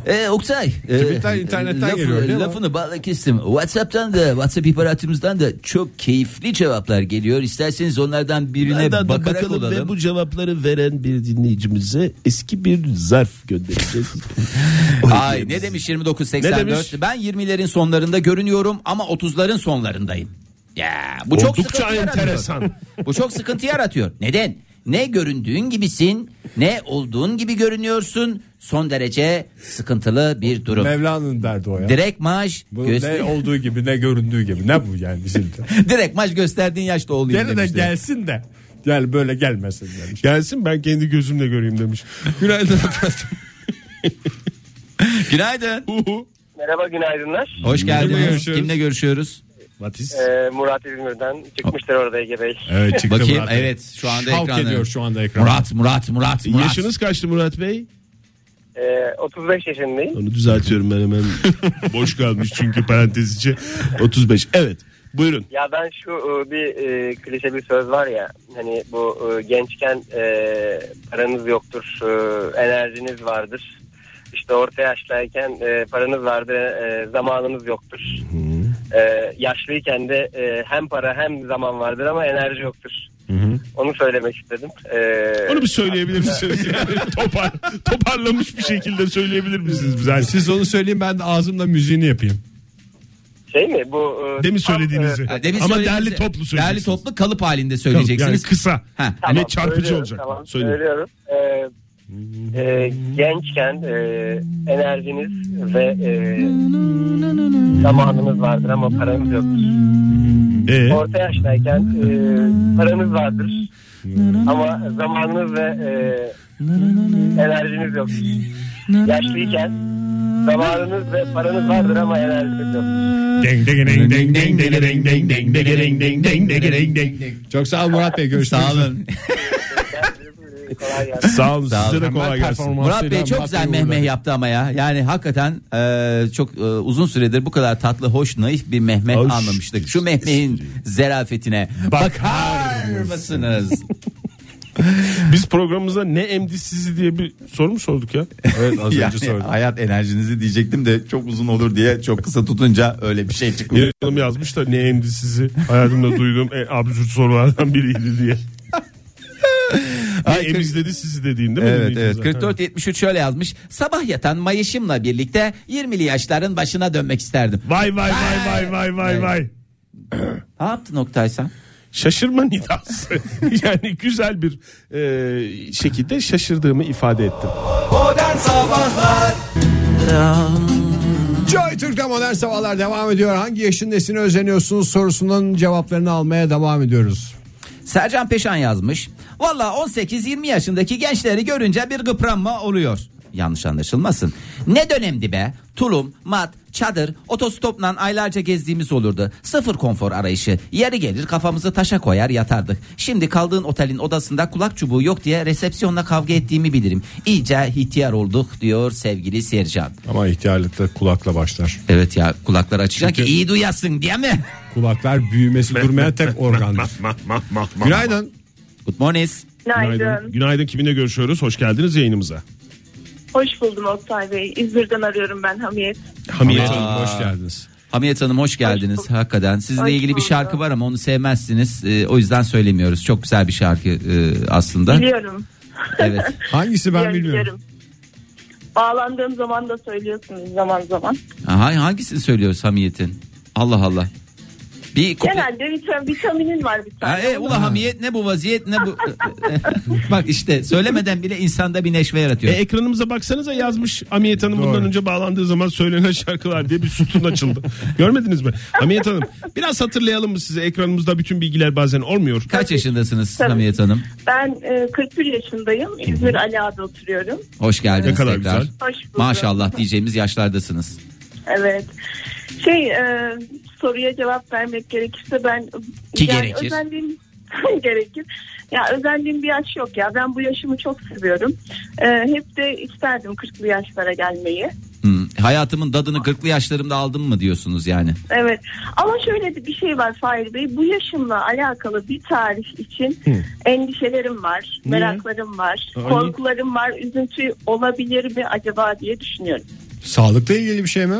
D: Ee, Oktay. e,
B: Tweetler internetten
D: lafı-
B: geliyor, değil mi?
D: Lafını bağla kestim. Whatsapp'tan da Whatsapp ihbaratımızdan da çok keyifli cevaplar geliyor. İsterseniz onlardan birine
C: Nereden de
D: bakarak
C: bakalım
D: olalım.
C: ve bu cevapları veren bir dinleyicimize eski bir zarf göndereceğiz.
D: Ay ne demiş 2984?
C: Ne demiş?
D: Ben 20'lerin sonlarında görünüyorum ama 30'ların sonlarındayım. Ya bu çok
C: Oldukça
D: sıkıntı yaratıyor.
C: enteresan.
D: bu çok sıkıntı yaratıyor. Neden? Ne göründüğün gibisin, ne olduğun gibi görünüyorsun. Son derece sıkıntılı bir durum.
B: Mevlana'nın derdi o ya.
D: Direkt maaş
B: Bu
D: göster
B: ne olduğu gibi ne göründüğü gibi ne bu yani şimdi.
D: direkt maaş gösterdiğin yaşta olayım
B: Gene de
D: demişti.
B: gelsin de. Gel böyle gelmesin demiş.
C: Gelsin ben kendi gözümle göreyim demiş. Günaydın efendim.
D: Günaydın.
L: Merhaba günaydınlar.
D: Hoş geldiniz.
C: görüşüyoruz?
D: Kimle görüşüyoruz?
C: Matiz.
L: Ee, Murat İzmir'den çıkmıştır orada Ege Bey.
C: Evet çıktı
D: Bakayım
C: Murat Bey.
D: evet şu anda
B: Şavk
D: ekranda.
B: ediyor şu anda ekranda.
D: Murat Murat Murat Murat.
C: Yaşınız kaçtı Murat Bey?
L: Ee, 35 yaşındayım.
C: Onu düzeltiyorum ben hemen. Boş kalmış çünkü parantez içi. 35. Evet buyurun.
L: Ya ben şu e, bir e, klişe bir söz var ya hani bu e, gençken e, paranız yoktur e, enerjiniz vardır. İşte orta yaştayken e, paranız vardır e, zamanınız yoktur. E, yaşlıyken de e, hem para hem zaman vardır ama enerji yoktur. Onu söylemek istedim. E,
C: Onu bir söyleyebilir misiniz? Yani topar, toparlamış bir şekilde söyleyebilir misiniz bize? Yani siz
B: onu söyleyin ben de ağzımla müziğini yapayım.
L: Şey mi bu? e,
C: demin
L: tam,
C: söylediğinizi.
L: e,
D: Ha, demin
C: Ama
D: söylediğiniz-
C: derli toplu
D: Derli
C: söyleyeceksiniz.
D: toplu kalıp halinde
C: Kalıp,
D: söyleyeceksiniz.
C: Yani kısa.
D: Ha.
C: Ve çarpıcı
L: söylüyorum,
C: olacak.
L: Tamam,
C: Söyleyin.
L: söylüyorum. Ee, e, gençken e, enerjiniz ve e, zamanınız vardır ama paranız yoktur.
C: Ee,
L: Orta yaştayken e, paranız vardır ama zamanınız ve e, enerjiniz yoktur. Yaşlıyken zamanınız ve paranız vardır ama enerjiniz yoktur.
B: Çok sağ ol Murat Bey görüşmek
D: Sağ
B: üzere.
D: olun.
L: Kolay gelsin.
C: Sağ olun.
D: Sağ
C: Size de
D: olun.
C: kolay
B: Ben
C: gelsin.
B: performans-
D: Murat Bey
B: Selam,
D: çok
B: Murat
D: güzel
B: Bey
D: mehmeh
B: uğurladı.
D: yaptı ama ya. Yani hakikaten e, çok e, uzun süredir bu kadar tatlı, hoş, naif bir mehmeh
C: Hoş.
D: almamıştık. Şu mehmehin zerafetine bakar mısınız?
C: Biz programımıza ne MD'sizi diye bir soru mu sorduk ya?
B: Evet az önce
D: yani
B: sordum.
D: hayat enerjinizi diyecektim de çok uzun olur diye çok kısa tutunca öyle bir şey çıkmıyor.
C: Bir Hanım yazmış da ne MD'sizi hayatımda duyduğum en absürt sorulardan biriydi diye. Ay, emizledi sizi dediğin değil mi?
D: Evet evet
C: dinleyicimize?
D: 4473 şöyle yazmış. Sabah yatan mayışımla birlikte 20'li yaşların başına dönmek isterdim.
C: Vay vay vay vay vay vay vay.
D: Ne yaptın Oktay sen?
C: Şaşırma nidası. yani güzel bir e, şekilde şaşırdığımı ifade ettim.
B: Joy Türk'te modern sabahlar devam ediyor. Hangi yaşın nesine özeniyorsunuz sorusunun cevaplarını almaya devam ediyoruz.
D: Sercan Peşan yazmış. Valla 18-20 yaşındaki gençleri görünce bir gıpranma oluyor. Yanlış anlaşılmasın. Ne dönemdi be? Tulum, mat, çadır, otostopla aylarca gezdiğimiz olurdu. Sıfır konfor arayışı. Yeri gelir kafamızı taşa koyar yatardık. Şimdi kaldığın otelin odasında kulak çubuğu yok diye resepsiyonla kavga ettiğimi bilirim. İyice ihtiyar olduk diyor sevgili Sercan.
B: Ama ihtiyarlıkta kulakla başlar.
D: Evet ya kulakları açacak ki iyi duyasın diye mi?
B: Kulaklar büyümesi durmayan tek organdır.
C: Mah, mah, mah, mah.
B: Günaydın.
D: Good morning.
C: Günaydın. Günaydın. Kiminle görüşüyoruz? Hoş geldiniz yayınımıza.
K: Hoş buldum Oktay Bey. İzmir'den arıyorum ben Hamiyet.
C: Hamiyet Hanım.
B: Hanım, hoş geldiniz.
D: Hamiyet Hanım hoş geldiniz hakikaten. Sizinle
K: Hoş
D: ilgili bir
K: bulduk.
D: şarkı var ama onu sevmezsiniz. Ee, o yüzden söylemiyoruz. Çok güzel bir şarkı e, aslında.
K: Biliyorum.
D: Evet.
B: Hangisi ben
K: biliyorum,
B: bilmiyorum.
K: biliyorum. Bağlandığım zaman da söylüyorsunuz zaman zaman.
D: Ha, hangisini söylüyoruz Hamiyet'in? Allah Allah. Bir kuple-
K: Genelde vitamin, vitaminin var bir
D: E, Ha,
K: tane.
D: e, ula Hamiyet ne bu vaziyet ne bu. Bak işte söylemeden bile insanda bir neşve
C: E,
D: yaratıyor.
C: ekranımıza baksanıza yazmış Hamiyet Hanım
B: Doğru.
C: bundan önce bağlandığı zaman söylenen şarkılar diye bir sütun açıldı. Görmediniz mi? Hamiyet Hanım biraz hatırlayalım mı size ekranımızda bütün bilgiler bazen olmuyor.
D: Kaç yaşındasınız
K: Tabii.
D: Hamiyet Hanım?
K: Ben e, 41 yaşındayım. İzmir Ala'da oturuyorum.
D: Hoş geldiniz
C: Ne kadar
D: tekrar.
C: güzel.
K: Hoş bulduk.
D: Maşallah diyeceğimiz yaşlardasınız.
K: Evet. Şey e, soruya cevap vermek gerekirse ben
D: Ki gerekir.
K: özelliğim gerekir. Ya özelliğim bir yaş yok ya. Ben bu yaşımı çok seviyorum. Ee, hep de isterdim 40'lı yaşlara gelmeyi.
D: Hmm, Hayatımın dadını 40'lı yaşlarımda aldım mı diyorsunuz yani?
K: Evet. Ama şöyle de bir şey var Fahir Bey. Bu yaşımla alakalı bir tarih için endişelerim var,
C: Niye?
K: meraklarım var,
C: Ay.
K: korkularım var. Üzüntü olabilir mi acaba diye düşünüyorum.
B: Sağlıkla ilgili bir şey mi?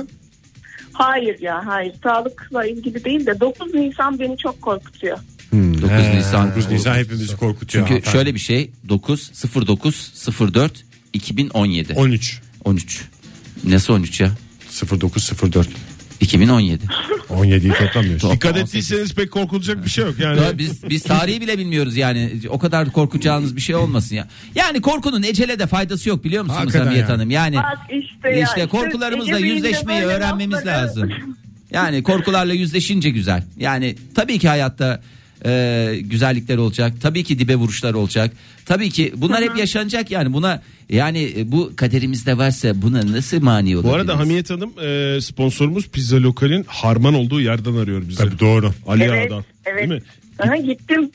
K: Hayır ya hayır. Sağlıkla ilgili değil de 9 Nisan beni çok korkutuyor.
D: 9 Nisan.
B: 9 Nisan hepimizi korkutuyor.
D: Çünkü
B: hanımefendi.
D: şöyle bir şey 9 09 04 2017
B: 13
D: 13. Nasıl 13 ya?
B: 09 04
D: 2017.
B: 17'yi toplamıyorsun.
C: Dikkat ettiyseniz pek korkulacak bir şey yok yani.
D: Ya biz biz tarihi bile bilmiyoruz yani. O kadar korkacağınız bir şey olmasın ya. Yani korkunun ecele de faydası yok biliyor musunuz
B: Hakikaten
D: Hamiyet
B: yani.
D: Hanım? Yani
K: Bak işte ya.
D: işte korkularımızla
K: Ege Bey'in de
D: yüzleşmeyi
K: böyle
D: öğrenmemiz
K: lafları-
D: lazım. Yani korkularla yüzleşince güzel. Yani tabii ki hayatta e, güzellikler olacak. Tabii ki dibe vuruşlar olacak. Tabii ki bunlar hep yaşanacak yani. Buna yani e, bu kaderimizde varsa buna nasıl mani olabiliriz?
C: Bu arada Hamiyet Hanım e, sponsorumuz Pizza Lokal'in harman olduğu yerden arıyor bizi.
B: Tabii doğru.
C: Ali
K: Evet,
C: Ağa'dan.
K: evet.
C: Değil mi?
K: Aha, gittim,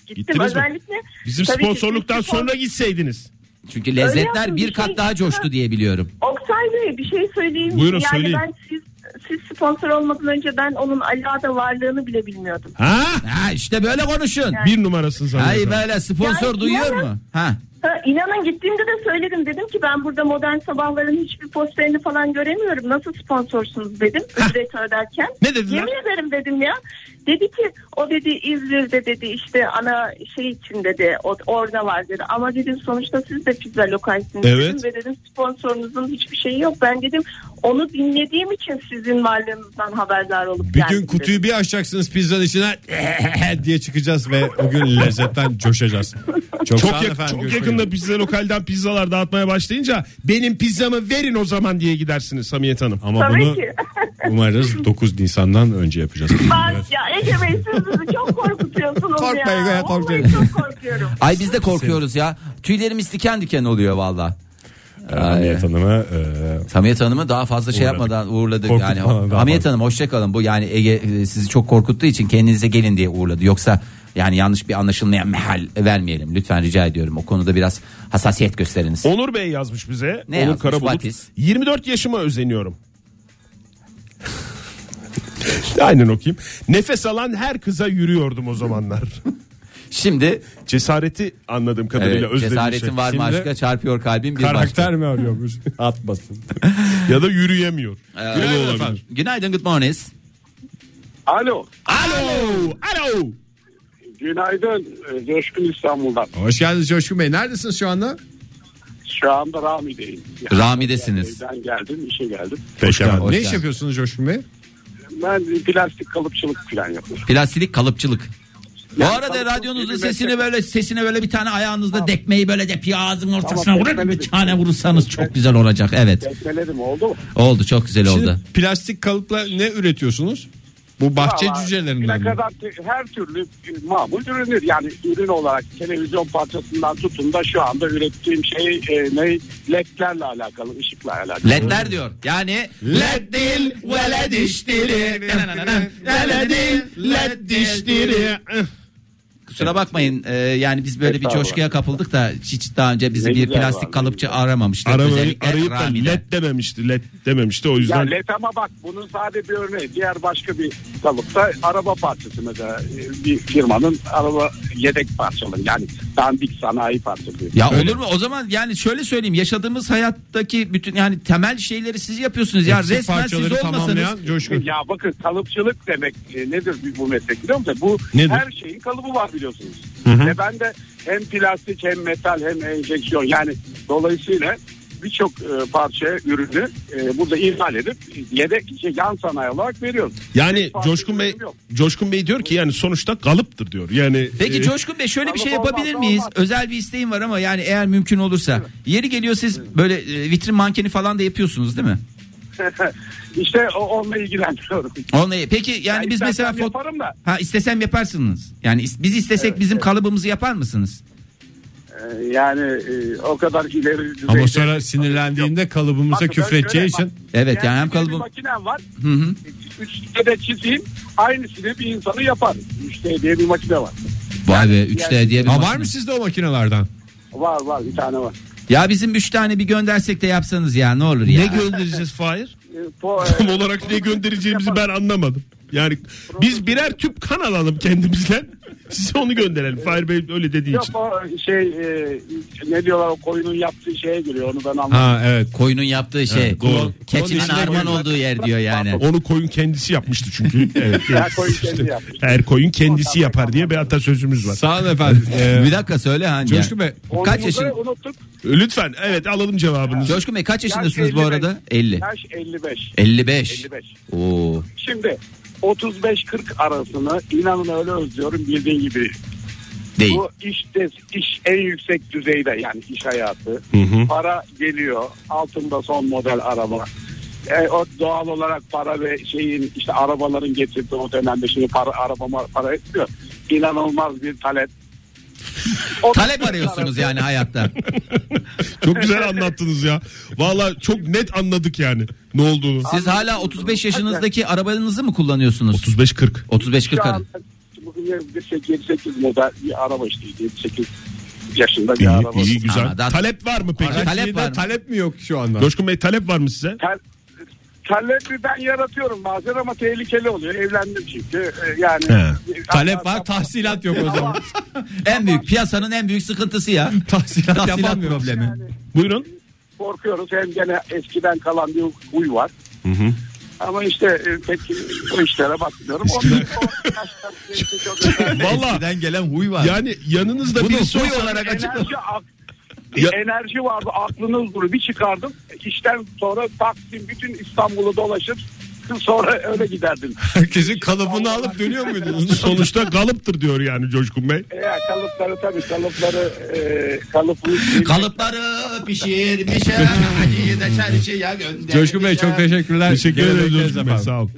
K: gittim.
C: Gittiniz mi?
K: Özellikle
C: Bizim
K: Tabii ki
C: sponsorluktan
K: sponsor-
C: sonra gitseydiniz.
D: Çünkü
K: Öyle
D: lezzetler
K: yaptım,
D: bir
K: bir
D: kat
K: şey-
D: daha coştu diye biliyorum.
K: Oktay Bey bir şey söyleyeyim. mi?
C: Buyurun,
K: yani
C: söyleyin.
K: ben siz, siz sponsor olmadan önce ben onun Alada varlığını bile bilmiyordum.
C: Ha?
D: Ha işte böyle konuşun.
C: Bir numarasın sen.
D: Ay böyle sponsor
K: Yani
D: duyuyor
K: inanın-
D: mu? Ha.
K: Ha, inanın gittiğimde de söyledim. Dedim ki ben burada modern sabahların hiçbir posterini falan göremiyorum. Nasıl sponsorsunuz dedim ücret öderken.
C: Ne dediler?
K: Yemin ederim dedim ya. Dedi ki o dedi İzmir'de dedi işte ana şey için dedi o- orada var dedi. Ama dedim sonuçta siz de pizza lokalsiniz
C: Evet.
K: dedim. Ve dedim sponsorunuzun hiçbir şeyi yok. Ben dedim onu dinlediğim için sizin varlığınızdan haberdar olup
B: Bir
K: geldim
B: gün
K: dedim.
B: kutuyu bir açacaksınız pizzanın içinden diye çıkacağız ve o gün lezzetten coşacağız.
C: Çok,
B: sağ olun
C: yak-
B: efendim,
C: çok
B: görüşmek
C: yakında pizza lokalden pizzalar dağıtmaya başlayınca benim pizzamı verin o zaman diye gidersiniz Hamiyet Hanım.
B: Ama
K: Tabii
B: bunu
K: ki.
B: umarız 9 Nisan'dan önce yapacağız.
K: Bak ya Ege Bey siz bizi çok korkutuyorsunuz
B: Korkma
K: ya.
B: Ege,
K: Vallahi
B: korkuyorum.
K: çok korkuyorum.
D: Ay biz de korkuyoruz ya. Tüylerimiz diken diken oluyor valla.
B: Ee, Hamiyet Hanım'a e,
D: Hamiyet Hanım'ı daha fazla şey
B: Uğurladık.
D: yapmadan uğurladık
B: Korkutmadan
D: yani.
B: daha
D: Hamiyet
B: fazla.
D: Hanım hoşçakalın. Bu yani Ege e, sizi çok korkuttuğu için kendinize gelin diye uğurladı. Yoksa yani yanlış bir anlaşılmayan mehal vermeyelim. Lütfen rica ediyorum. O konuda biraz hassasiyet gösteriniz.
C: Onur Bey yazmış bize.
D: Ne
C: Onur
D: yazmış?
C: Karabulut.
D: What is?
C: 24 yaşıma özeniyorum. Aynen okuyayım. Nefes alan her kıza yürüyordum o zamanlar.
D: Şimdi
C: Cesareti anladığım
D: evet,
C: kadarıyla şey. özledim.
D: cesaretin var mı
B: Şimdi-
D: aşka çarpıyor kalbim bir başka.
B: karakter mi arıyormuş? Atmasın.
C: Ya da yürüyemiyor. O da
D: Günaydın
C: olabilir.
B: efendim.
D: Ee, Günaydın good morning.
M: Alo.
C: Alo. Alo.
M: Günaydın. Ee, Coşkun İstanbul'dan.
B: Hoş geldiniz Coşkun Bey. Neredesiniz şu anda?
M: Şu anda Rami'deyim. Yani
D: Rami'desiniz.
M: Evden geldim, işe geldim.
B: Hoş
D: Hoş
B: ne iş
D: geldin.
B: yapıyorsunuz Coşkun Bey?
M: Ben plastik kalıpçılık falan yapıyorum.
D: Plastilik kalıpçılık. Bu
M: Yani
D: arada
M: kalıpçılık
D: radyonuzun
M: dediğim
D: sesini
M: meslek-
D: böyle sesine böyle bir tane ayağınızda dekmeyi böyle de bir ağzın ortasına
M: Tamam,
D: vurun bir
M: tekmeledim.
D: tane vurursanız çok güzel olacak. Evet.
M: Tekmeledim oldu mu?
D: Oldu çok güzel oldu.
B: Şimdi plastik kalıpla ne üretiyorsunuz? Bu bahçe
M: Vallahi
B: cücelerinden mi?
M: plakadan te- her türlü e, mamul ürünür. Yani ürün olarak televizyon parçasından tutun da şu anda ürettiğim şey e, ne? Ledlerle alakalı, ışıkla alakalı.
D: Ledler diyor. Yani led değil ve led işleri. Led değil led işleri. Kusura bakmayın e, yani biz böyle bir
M: Estağfurullah.
D: coşkuya kapıldık da hiç daha önce bizi
M: Ne
D: bir
M: güzel
D: plastik
M: var,
D: kalıpçı aramamışlar.
C: Aramayı,
D: Özellikle
C: arayıp da
D: Rami'de.
C: led dememişti. Led dememişti o
M: Ya
C: yüzden.
M: led ama bak bunun sade bir örneği. Diğer başka bir kalıpta araba parçası mesela e, bir firmanın araba yedek parçaları. Yani dandik sanayi parçaları.
D: Ya olur mu? O zaman yani şöyle söyleyeyim yaşadığımız hayattaki bütün yani temel şeyleri siz yapıyorsunuz ya
B: Eksik
D: resmen siz
B: parçaları
D: olmasanız.
B: tamamlayan Coşkun.
M: Ya bakın kalıpçılık demek e, nedir bu meslek biliyor musun? Bu
B: Nedir?
M: her şeyin kalıbı var biliyorsunuz. Ve ben de hem plastik hem metal hem enjeksiyon yani dolayısıyla birçok e, parça ürünü e, burada imal edip yedek şey, yan sanayi olarak veriyoruz.
C: Yani
M: Hiç farklı
C: Coşkun
M: bir
C: Bey
M: durum yok.
C: Coşkun Bey diyor ki yani sonuçta kalıptır diyor. Yani
D: Peki
C: e,
D: Coşkun Bey şöyle bir şey
M: Olmaz,
D: yapabilir
M: olmaz.
D: miyiz? Özel bir isteğim var ama yani eğer mümkün olursa. Yeri geliyor siz böyle e, vitrin mankeni falan da yapıyorsunuz değil mi?
M: işte o, onunla ilgileniyorum.
D: Onunla peki yani,
M: Ya
D: biz
M: istersen
D: mesela fot-
M: yaparım da
D: ha istesem yaparsınız. Yani is- biz istesek bizim kalıbımızı yapar mısınız?
M: e, yani e, o kadar ileri düzeyde.
B: Ama sonra sinirlendiğinde kalıbımıza
M: Bakın ben
B: küfredeceği
M: şöyle-
B: için
D: Evet yani hem
M: benim bir
D: kalıbım
M: makinem var.
D: Hı hı.
M: Üçte de çizeyim. Aynısını bir insanı yapar. Üçte diye bir makine var.
D: Vay be 3 L diye bir
B: Ha, var
D: makine.
B: mı sizde o makinelerden?
M: Var var bir tane var.
D: Ya bizim 3 tane bir göndersek de yapsanız ya ne olur ya.
C: Ne göndereceğiz Fahir?
M: E, po-
C: Tam olarak ne göndereceğimizi ben anlamadım. Yani biz birer tüp kan alalım kendimizden. Size onu gönderelim. Fahir Bey öyle dediği
M: Yok
C: için.
M: o şey e, ne diyorlar o koyunun yaptığı şeye giriyor onu ben anlamadım.
B: Ha evet.
D: Koyunun yaptığı şey.
C: Evet, doğru.
D: Keçinin
B: Onun içine
D: harman
B: koyunlar-
D: olduğu yer diyor yani.
C: Onu koyun kendisi yapmıştı çünkü. Evet.
M: Her koyun kendi yapmış.
C: Her koyun kendisi yapar diye bir atasözümüz var.
B: Sağ olun efendim. Ee,
D: Bir dakika söyle hani.
B: Coşkun Bey.
D: Kaç
M: Onu
D: yaşın?
M: da Unuttuk.
C: Lütfen evet alalım cevabınızı.
D: Coşkun Bey kaç yaşındasınız bu
M: 55.
D: arada? 50.
M: Yaş 55.
D: 55.
M: 55.
D: Oo.
M: Şimdi 35-40 arasını inanın öyle özlüyorum bildiğin gibi.
D: Değil.
M: Bu işte iş en yüksek düzeyde yani iş hayatı. Para geliyor. Altında son model araba. E, o doğal olarak para ve şeyin işte arabaların getirdiği o dönemde şimdi para arabama para etmiyor. İnanılmaz bir talep.
D: Talep arıyorsunuz yani hayatta.
C: Çok güzel anlattınız ya. Valla çok net anladık yani ne olduğunu.
D: Siz hala 35 yaşınızdaki arabanızı mı kullanıyorsunuz?
C: 35-40.
D: 35 40
M: Şu
D: arası.
M: an bugün 7-8 model bir araba işte 7-8 yaşında bir
C: İyi,
M: araba.
C: iyi güzel.
D: Ama daha-
C: Talep var mı peki?
D: Talep
B: Talep,
D: var mı?
B: talep mi yok şu anda?
C: Coşkun Bey talep var mı size?
M: Tel, talebi ben yaratıyorum bazen ama tehlikeli oluyor. Evlendim çünkü. Ee, Yani
B: Talep var tahsilat yok o zaman.
D: En büyük piyasanın en büyük sıkıntısı ya.
B: tahsilat,
D: Tahsilat
B: yapamıyoruz.
D: problemi.
C: Buyurun.
M: korkuyoruz. Hem gene eskiden kalan bir huy var. Ama işte e, pek bu işlere bakmıyorum. Onun, o yaşlar çünkü çok önemli.
C: Valla
D: gelen huy var.
C: yani yanınızda
D: Bunu
C: birisi
D: huy
C: olsa-
D: olarak açıkla.
M: enerji, ak-
C: Ya-
M: enerji vardı aklınız duru. Bir çıkardım. İşten sonra Taksim bütün İstanbul'u dolaşır. Sonra öyle giderdim.
B: Herkesin kalıbını alıp dönüyor muydunuz?
C: Sonuçta galıptır diyor yani Coşkun Bey.
M: E, kalıpları tabii kalıpları e, kalıplı.
D: Kalıpları pişirmiş acıyı da çarşıya göndermiş.
B: Coşkun Bey çok teşekkürler.
C: Teşekkür
B: Gene
C: ederim
B: bekleriz
C: Coşkun Bey.
B: efendim.
C: Sağ olun.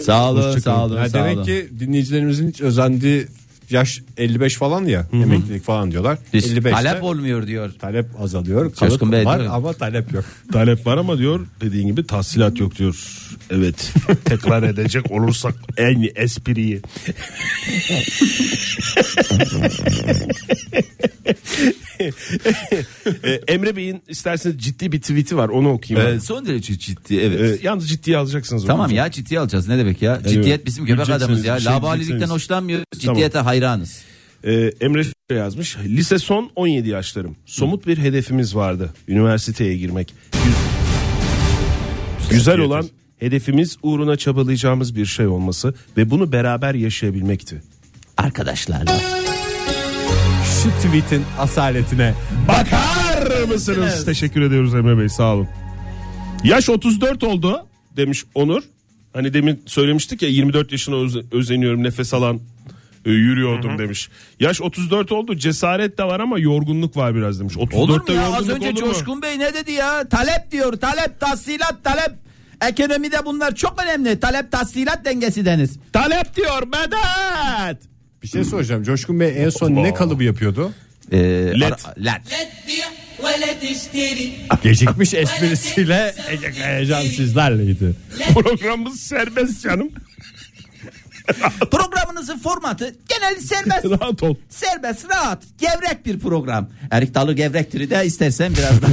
D: Sağ olun, sağ olun,
B: Ya
D: sağ
B: demek
D: olun.
B: ki dinleyicilerimizin hiç özendiği yaş 55 falan ya emeklilik falan diyorlar.
D: Hiç
B: 55'te
D: talep olmuyor diyor.
B: talep azalıyor.
D: Coşkun
B: Kalıp
D: Bey
B: var
D: değil mi?
B: ama talep yok.
C: Talep var ama diyor dediğin gibi tahsilat yok diyor. Evet. Tekrar edecek olursak en espriyi. Ee, Emre Bey'in isterseniz ciddi bir tweet'i var onu okuyayım. ben.
D: Ee, son derece ciddi E, evet.
C: Ee, yalnız ciddiye alacaksınız. onu.
D: Tamam ya ciddiye alacağız ne demek ya? Ciddiyet bizim köpek
C: Güleceksiniz,
D: adamız ya.
C: bir şey
D: Labalilikten
C: diyeceksiniz.
D: hoşlanmıyoruz. Ciddiyete hayranız.
C: Ee, Emre şöyle yazmış. Lise son 17 yaşlarım. Somut bir hedefimiz vardı. Üniversiteye girmek. Güz- Güzel olan hedefimiz uğruna çabalayacağımız bir şey olması ve bunu beraber yaşayabilmekti.
D: Arkadaşlarla.
B: Şu tweetin asaletine.
C: Bakar mısınız? Teşekkür ediyoruz Emre Bey sağ olun. Yaş 34 oldu demiş Onur. Hani demin söylemiştik ya 24 yaşına öz- özeniyorum nefes alan e, yürüyordum demiş. Yaş 34 oldu cesaret de var ama yorgunluk var biraz demiş. 34'te
D: Olur mu ya? Az
C: yorgunluk
D: önce
C: olur mu?
D: Coşkun Bey ne dedi ya? Talep diyor. Talep, tahsilat, talep. Ekonomide bunlar çok önemli. Talep, tahsilat dengesi deniz.
C: Talep diyor medet.
B: Bir şey soracağım. Coşkun Bey en son ne kalıbı yapıyordu?
D: Ee,
C: Led.
D: ara- led.
B: Gecikmiş esprisiyle Ece Kayacan sizlerleydi.
C: Programımız serbest canım.
D: Programınızın formatı genel serbest.
C: Rahat ol.
D: serbest, rahat, gevrek bir program. Erik Dalı gevrektir de istersen biraz daha.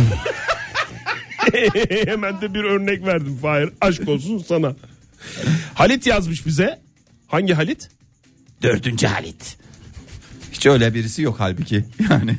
C: Hemen de bir örnek verdim Fahir. Aşk olsun sana. Halit yazmış bize. Hangi Halit?
D: Dördüncü Halit. Hiç öyle birisi yok halbuki. Yani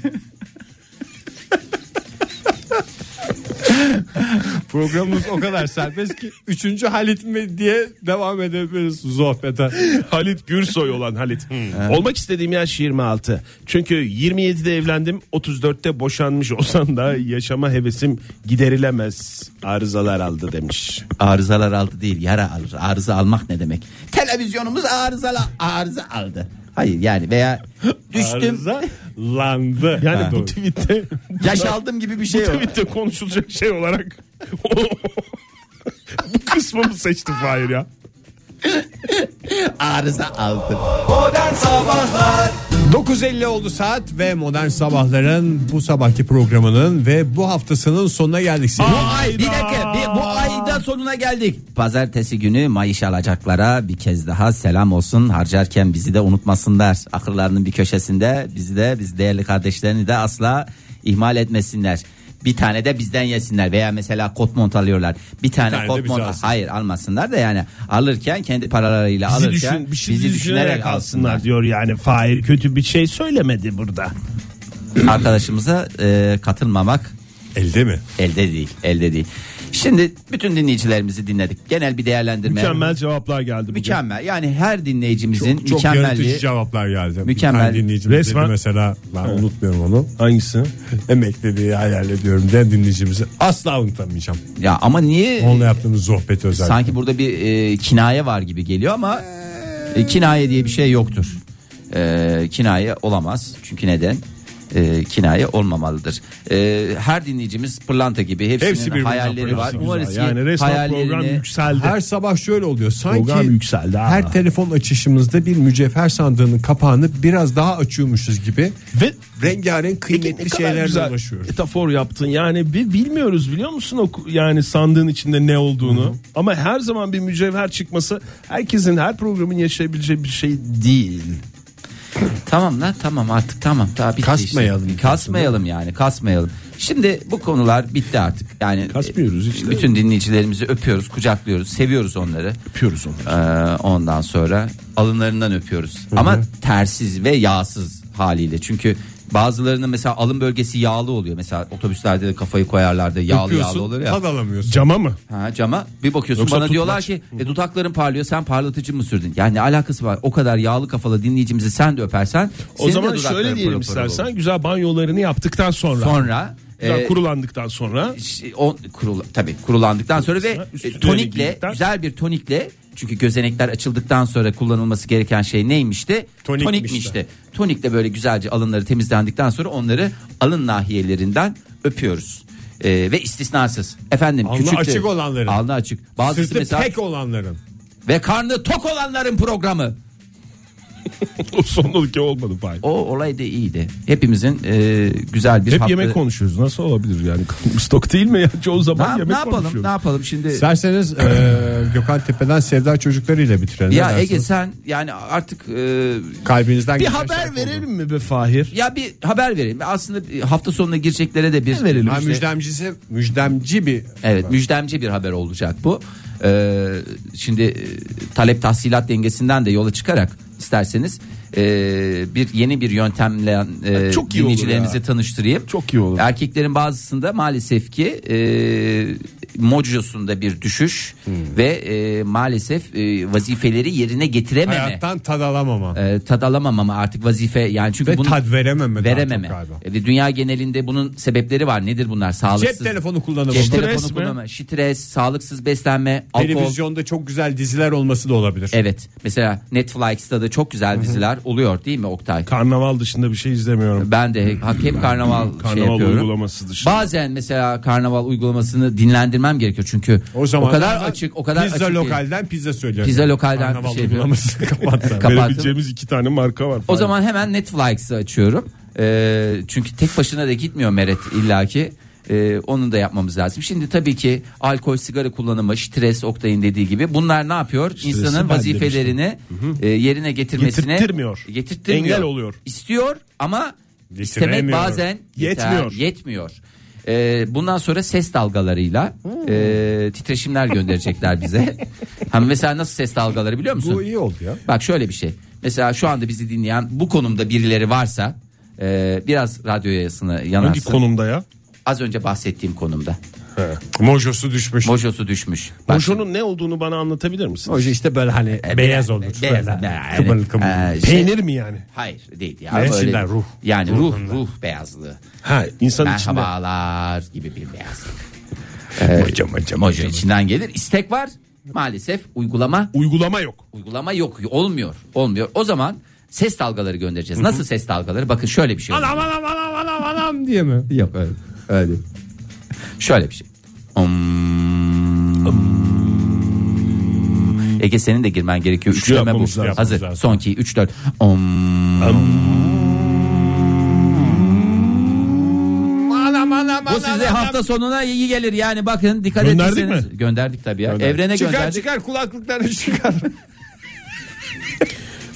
B: Programımız o kadar serbest ki 3. Halit mi diye devam edebiliriz sohbete.
C: Halit Gürsoy olan Halit. Olmak istediğim yaş 26. Çünkü 27'de evlendim, 34'te boşanmış olsam da yaşama hevesim giderilemez. Arızalar aldı demiş.
D: arızalar aldı değil yara alır. Arıza almak ne demek? Televizyonumuz arızala arıza aldı. Hayır yani veya düştüm
B: Landı.
C: Yani bu tweette,
D: yaş aldım gibi bir şey yok.
C: tweette konuşulacak şey olarak bu kısmı mı seçti Fahir ya?
D: Arıza aldı.
B: 9.50 oldu saat ve modern sabahların bu sabahki programının ve bu haftasının sonuna geldik. sevgili
D: Bir dakika bir, bu ayda sonuna geldik. Pazartesi günü Mayış alacaklara bir kez daha selam olsun. Harcarken bizi de unutmasınlar. Akıllarının bir köşesinde bizi de biz değerli kardeşlerini de asla ihmal etmesinler. Bir tane de bizden yesinler veya mesela kot mont alıyorlar. Bir tane,
B: tane de
D: kot
B: bize
D: mont
B: alsın.
D: hayır almasınlar da yani alırken kendi paralarıyla
C: Bizi,
D: alırken
C: düşün, bizi, düşünerek alsınlar
D: alsınlar.
C: diyor yani. Fahir kötü bir şey söylemedi burada.
D: Arkadaşımıza e, katılmamak
B: Elde mi?
D: elde değil, elde değil. Şimdi bütün dinleyicilerimizi dinledik. Genel bir değerlendirme.
C: Mükemmel cevaplar geldi bugün.
D: Mükemmel. Yani her dinleyicimizin
B: Çok yaratıcı
D: mükemmelliği.
B: cevaplar geldi.
D: Mükemmel.
B: Bir tane dinleyicimiz
C: Resmen-
B: dedi mesela ben unutmuyorum onu.
C: Hangisi?
B: Emekliliği hayal ediyorum diye dinleyicimizi asla unutamayacağım.
D: Ya ama niye
B: Onunla yaptığımız sohbet özellikle.
D: sanki burada bir e, kinaye var gibi geliyor ama e, kinaye diye bir şey yoktur. E, kinaye olamaz. Çünkü neden? E, kinaye olmamalıdır. E, her dinleyicimiz pırlanta gibi hepsinin
B: Hepsi birbirinden
D: hayalleri var.
B: pırlanta.
D: Umarız ki
C: Yani resmen program
D: hayallerini
C: yükseldi.
B: Her sabah şöyle oluyor. Sanki
C: Program yükseldi ha.
B: her telefon açışımızda bir mücevher sandığının kapağını biraz daha açıyormuşuz gibi
C: Ve
B: rengarenk
C: Peki
B: kıymetli
C: ne kadar
B: şeylerle
C: güzel
B: uğraşıyoruz.
C: metafor yaptın. Yani bir bilmiyoruz biliyor musun o ku- yani sandığın içinde ne olduğunu. Ama her zaman bir mücevher çıkması herkesin her programın yaşayabileceği bir şey değil.
D: Tamam lan tamam artık tamam. Daha bitti
B: Kasmayalım.
D: işte. Kasmayalım yani kasmayalım. Şimdi bu konular bitti artık. Yani
C: Kasmıyoruz
D: e,
C: işte.
D: Bütün dinleyicilerimizi öpüyoruz, kucaklıyoruz, seviyoruz onları.
C: Öpüyoruz onu.
D: Ee, ondan sonra alınlarından öpüyoruz. Ama tersiz ve yağsız haliyle. Çünkü bazılarının mesela alın bölgesi yağlı oluyor. Mesela otobüslerde de kafayı koyarlar da yağlı yağlı olur ya.
B: tad alamıyorsun.
C: Cama mı?
D: Ha, cama bir bakıyorsun
C: Yoksa
D: bana
C: tutmaç.
D: diyorlar ki e, dudakların parlıyor sen parlatıcı mı sürdün? Yani ne alakası var o kadar yağlı kafalı dinleyicimizi sen de öpersen.
C: O
D: senin de
C: zaman
D: dudakların
C: şöyle diyelim
D: pırıl pırıl olur.
C: istersen güzel banyolarını yaptıktan sonra.
D: Sonra
C: Güzel
D: e,
C: kurulandıktan sonra.
D: ş- on, kurul, tabii kurulandıktan sonra ve
C: Üstüne
D: e, tonikle
C: giydikten-
D: güzel bir tonikle çünkü gözenekler açıldıktan sonra kullanılması gereken şey neymişti?
B: Tonikmişti.
D: Tonikmişti. Tonikle böyle güzelce alınları temizlendikten sonra onları alın nahiyelerinden öpüyoruz. E, ve istisnasız. Efendim
B: Alnı
D: küçük de-
B: açık olanların.
D: Alnı açık. Bazısı
B: Sırtı
D: mesela
B: pek olanların.
D: ve karnı tok olanların programı.
C: o sondaki olmadı Fahir.
D: O olay da iyiydi. Hepimizin e, güzel bir
C: Hep
D: hafta-
C: yemek konuşuyoruz. Nasıl olabilir yani? Stok değil mi ya? Çoğu
D: Ne,
C: zaman
D: ne
C: yemek
D: yapalım?
C: konuşuyoruz.
D: Ne yapalım şimdi?
B: İsterseniz eee Gökhan Tepe'den Sevda Çocukları'yla bitirelim. Ne
D: ya
B: dersiniz?
D: Ege sen yani artık e,
B: Kalbinizden
C: Bir
B: geçen
C: haber
B: şarkı oldu.
C: verelim mi be Fahir?
D: ya bir haber vereyim. Aslında bir hafta sonuna gireceklere de bir verelim.
B: Ha, müjdemcisi, müjdemci bir
D: Evet müjdemci bir haber olacak bu. Ee, şimdi e, talep tahsilat dengesinden de yola çıkarak isterseniz e, bir yeni bir yöntemle e,
C: Çok iyi olur
D: dinleyicilerimizi
C: ya.
D: tanıştırayım.
C: Çok iyi olur.
D: Erkeklerin bazısında maalesef ki e, mocosunda bir düşüş
B: Hmm.
D: ve e, maalesef e, vazifeleri yerine getirememe.
B: hayattan tad alamama.
D: E, tad alamamama artık vazife yani çünkü
B: Ve
D: bunu
B: tad verememe daha
D: verememe.
B: çok galiba.
D: E, ve dünya genelinde bunun sebepleri var. Nedir bunlar? Sağlıksız.
B: Cep telefonu kullanımı.
D: Cep
C: Stres
D: telefonu
C: mi?
D: kullanma, stres, sağlıksız beslenme, alkol.
B: Televizyonda çok güzel diziler olması da olabilir.
D: Evet. Mesela Netflix'ta da çok güzel diziler oluyor değil mi Oktay?
C: Karnaval dışında bir şey izlemiyorum.
D: Ben de hep- hep karnaval şey
C: Karnaval
D: yapıyorum.
C: uygulaması dışında.
D: Bazen mesela karnaval uygulamasını dinlendirmem gerekiyor çünkü o,
B: O zaman
D: kadar açık, o kadar
B: pizza
D: açık. değil.
B: lokalden pizza söylüyorum.
D: Pizza lokalden
B: Karnaval
D: bir şey yapıyorum.
B: uygulamasını kapatsan.
D: Kapattım.
C: Verebileceğimiz iki tane marka var.
D: O zaman hemen Netflix'i açıyorum. Ee, çünkü tek başına da gitmiyor Meret illaki. Ee, onu da yapmamız lazım. Şimdi tabii ki alkol, sigara kullanımı, stres Oktay'ın dediği gibi bunlar ne yapıyor? İnsanın
C: ben
D: vazifelerini e, yerine getirmesine
C: Getirttirmiyor.
D: getirttirmiyor.
C: Engel oluyor.
D: İstiyor ama istemek
B: Getiremiyor.
D: bazen yeter-
C: Yetmiyor.
D: yetmiyor. Ee, bundan sonra ses dalgalarıyla
B: Hmm.
D: e, titreşimler gönderecekler bize. Hani mesela nasıl ses dalgaları biliyor musun?
B: Bu iyi oldu ya.
D: Bak şöyle bir şey. Mesela şu anda bizi dinleyen bu konumda birileri varsa e, biraz radyo yayasını yanarsın.
C: Hangi konumda ya?
D: Az önce bahsettiğim konumda.
B: Mojosu düşmüş.
D: Mojosu düşmüş. Bak,
C: Boşonun ne olduğunu bana anlatabilir misin?
B: Mojo işte böyle hani beyaz olur.
D: beyaz,
B: böyle.
D: yani,
B: Kıvırlı kıvırlı.
D: e, şey-
C: Peynir mi yani?
D: hayır değil ya.
B: Ne
D: Böyle-
B: içinden? Ruh.
D: Yani ruh ruh beyazlığı.
C: Ha, insan içinde.
D: Merhabalar gibi bir beyazlık.
B: Mojo, mojo,
D: Mojo
B: mojo.
D: Ee, içinden gelir. İstek var. Maalesef uygulama
C: Uygulama yok.
D: uygulama yok. Olmuyor. Olmuyor. O zaman ses dalgaları göndereceğiz. Nasıl ses dalgaları? Bakın şöyle bir şey. olacak.
B: Anam anam anam anam anam diye mi?
D: Yok öyle. öyle. Şöyle bir şey. Om. Ege senin de girmen gerekiyor. Üçleme bu.
C: yapmamız lazım.
D: Hazır.
B: Lazım.
D: Son ki 3 4. Om.
B: tamam,
D: Bu size
B: tamam,
D: hafta sonuna iyi gelir yani bakın dikkat
C: Gönderdik
D: ederseniz.
C: mi?
D: Gönderdik tabii ya.
C: Gönderdik.
D: Evrene
B: Çıkar
D: gönderdik.
B: çıkar kulaklıklarını çıkar.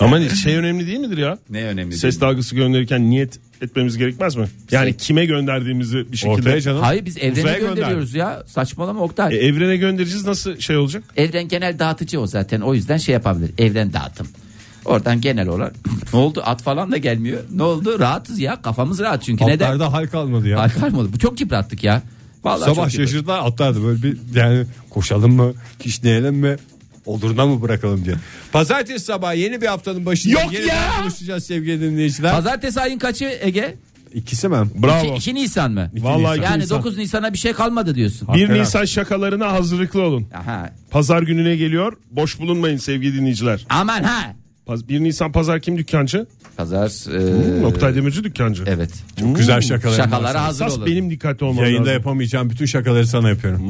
C: Ama şey önemli değil midir ya?
D: Ne önemli değil.
C: Ses dalgası gönderirken niyet etmemiz gerekmez mi? Yani kime gönderdiğimizi bir şekilde.
B: Ortaya canım.
D: Hayır biz evrene
C: Uzaya
D: gönderiyoruz ya. Saçmalama Oktay.
C: E, evrene göndereceğiz nasıl şey olacak?
D: Evren genel dağıtıcı o zaten. O yüzden şey yapabilir. Evren dağıtım. Oradan genel olarak ne oldu at falan da gelmiyor. Ne oldu rahatız ya kafamız rahat çünkü. Neden?
B: Atlarda hal kalmadı ya.
D: Ay kalmadı. Bu çok yıprattık ya. Vallahi
B: Sabah
D: çok yıprattık.
B: şaşırdılar atlardı böyle bir yani koşalım mı kişneyelim mi oluruna mı bırakalım diye. Pazartesi sabahı yeni bir haftanın başında
D: Yok ya!
B: yeniden
D: Ee,
B: buluşacağız sevgili dinleyiciler.
D: Pazartesi ayın kaçı Ege?
B: İkisi mi?
C: Bravo.
D: 2, Nisan mı?
C: Vallahi
B: Nisan.
C: iki
D: Yani
C: Nisan.
D: 9 Nisan'a bir şey kalmadı diyorsun.
C: 1
B: Hakikaten.
C: Nisan şakalarına hazırlıklı olun.
D: Aha.
C: Pazar gününe geliyor. Boş bulunmayın sevgili dinleyiciler.
D: Aman ha.
C: Paz- 1 Nisan pazar kim dükkancı?
D: Pazar. e,
B: Hmm,
C: Oktay Demirci dükkancı.
D: evet.
B: Çok güzel şakalar.
D: Şakalara hazır
C: Esas
D: olun.
C: benim dikkatli olmam
B: Yayında
C: lazım. Hmm.
B: yapamayacağım bütün şakaları sana yapıyorum.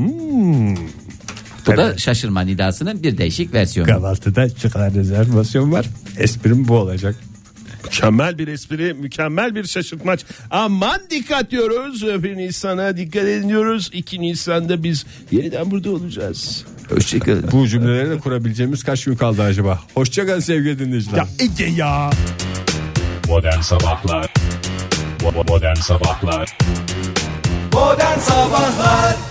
D: Bu da şaşırma nidasının bir değişik versiyonu.
B: Kahvaltıda çıkar rezervasyon var. Esprim bu olacak.
C: Mükemmel bir espri, mükemmel bir şaşırtmaç. Aman dikkat diyoruz. 1 Nisan'a dikkat ediyoruz. 2 Nisan'da biz yeniden burada olacağız.
D: Hoşçakalın.
B: Bu cümleleri de kurabileceğimiz kaç gün kaldı acaba? Hoşçakalın sevgili dinleyiciler.
C: Ya Ege ya.
N: Modern Sabahlar Bo- bo- Modern Sabahlar
O: Modern Sabahlar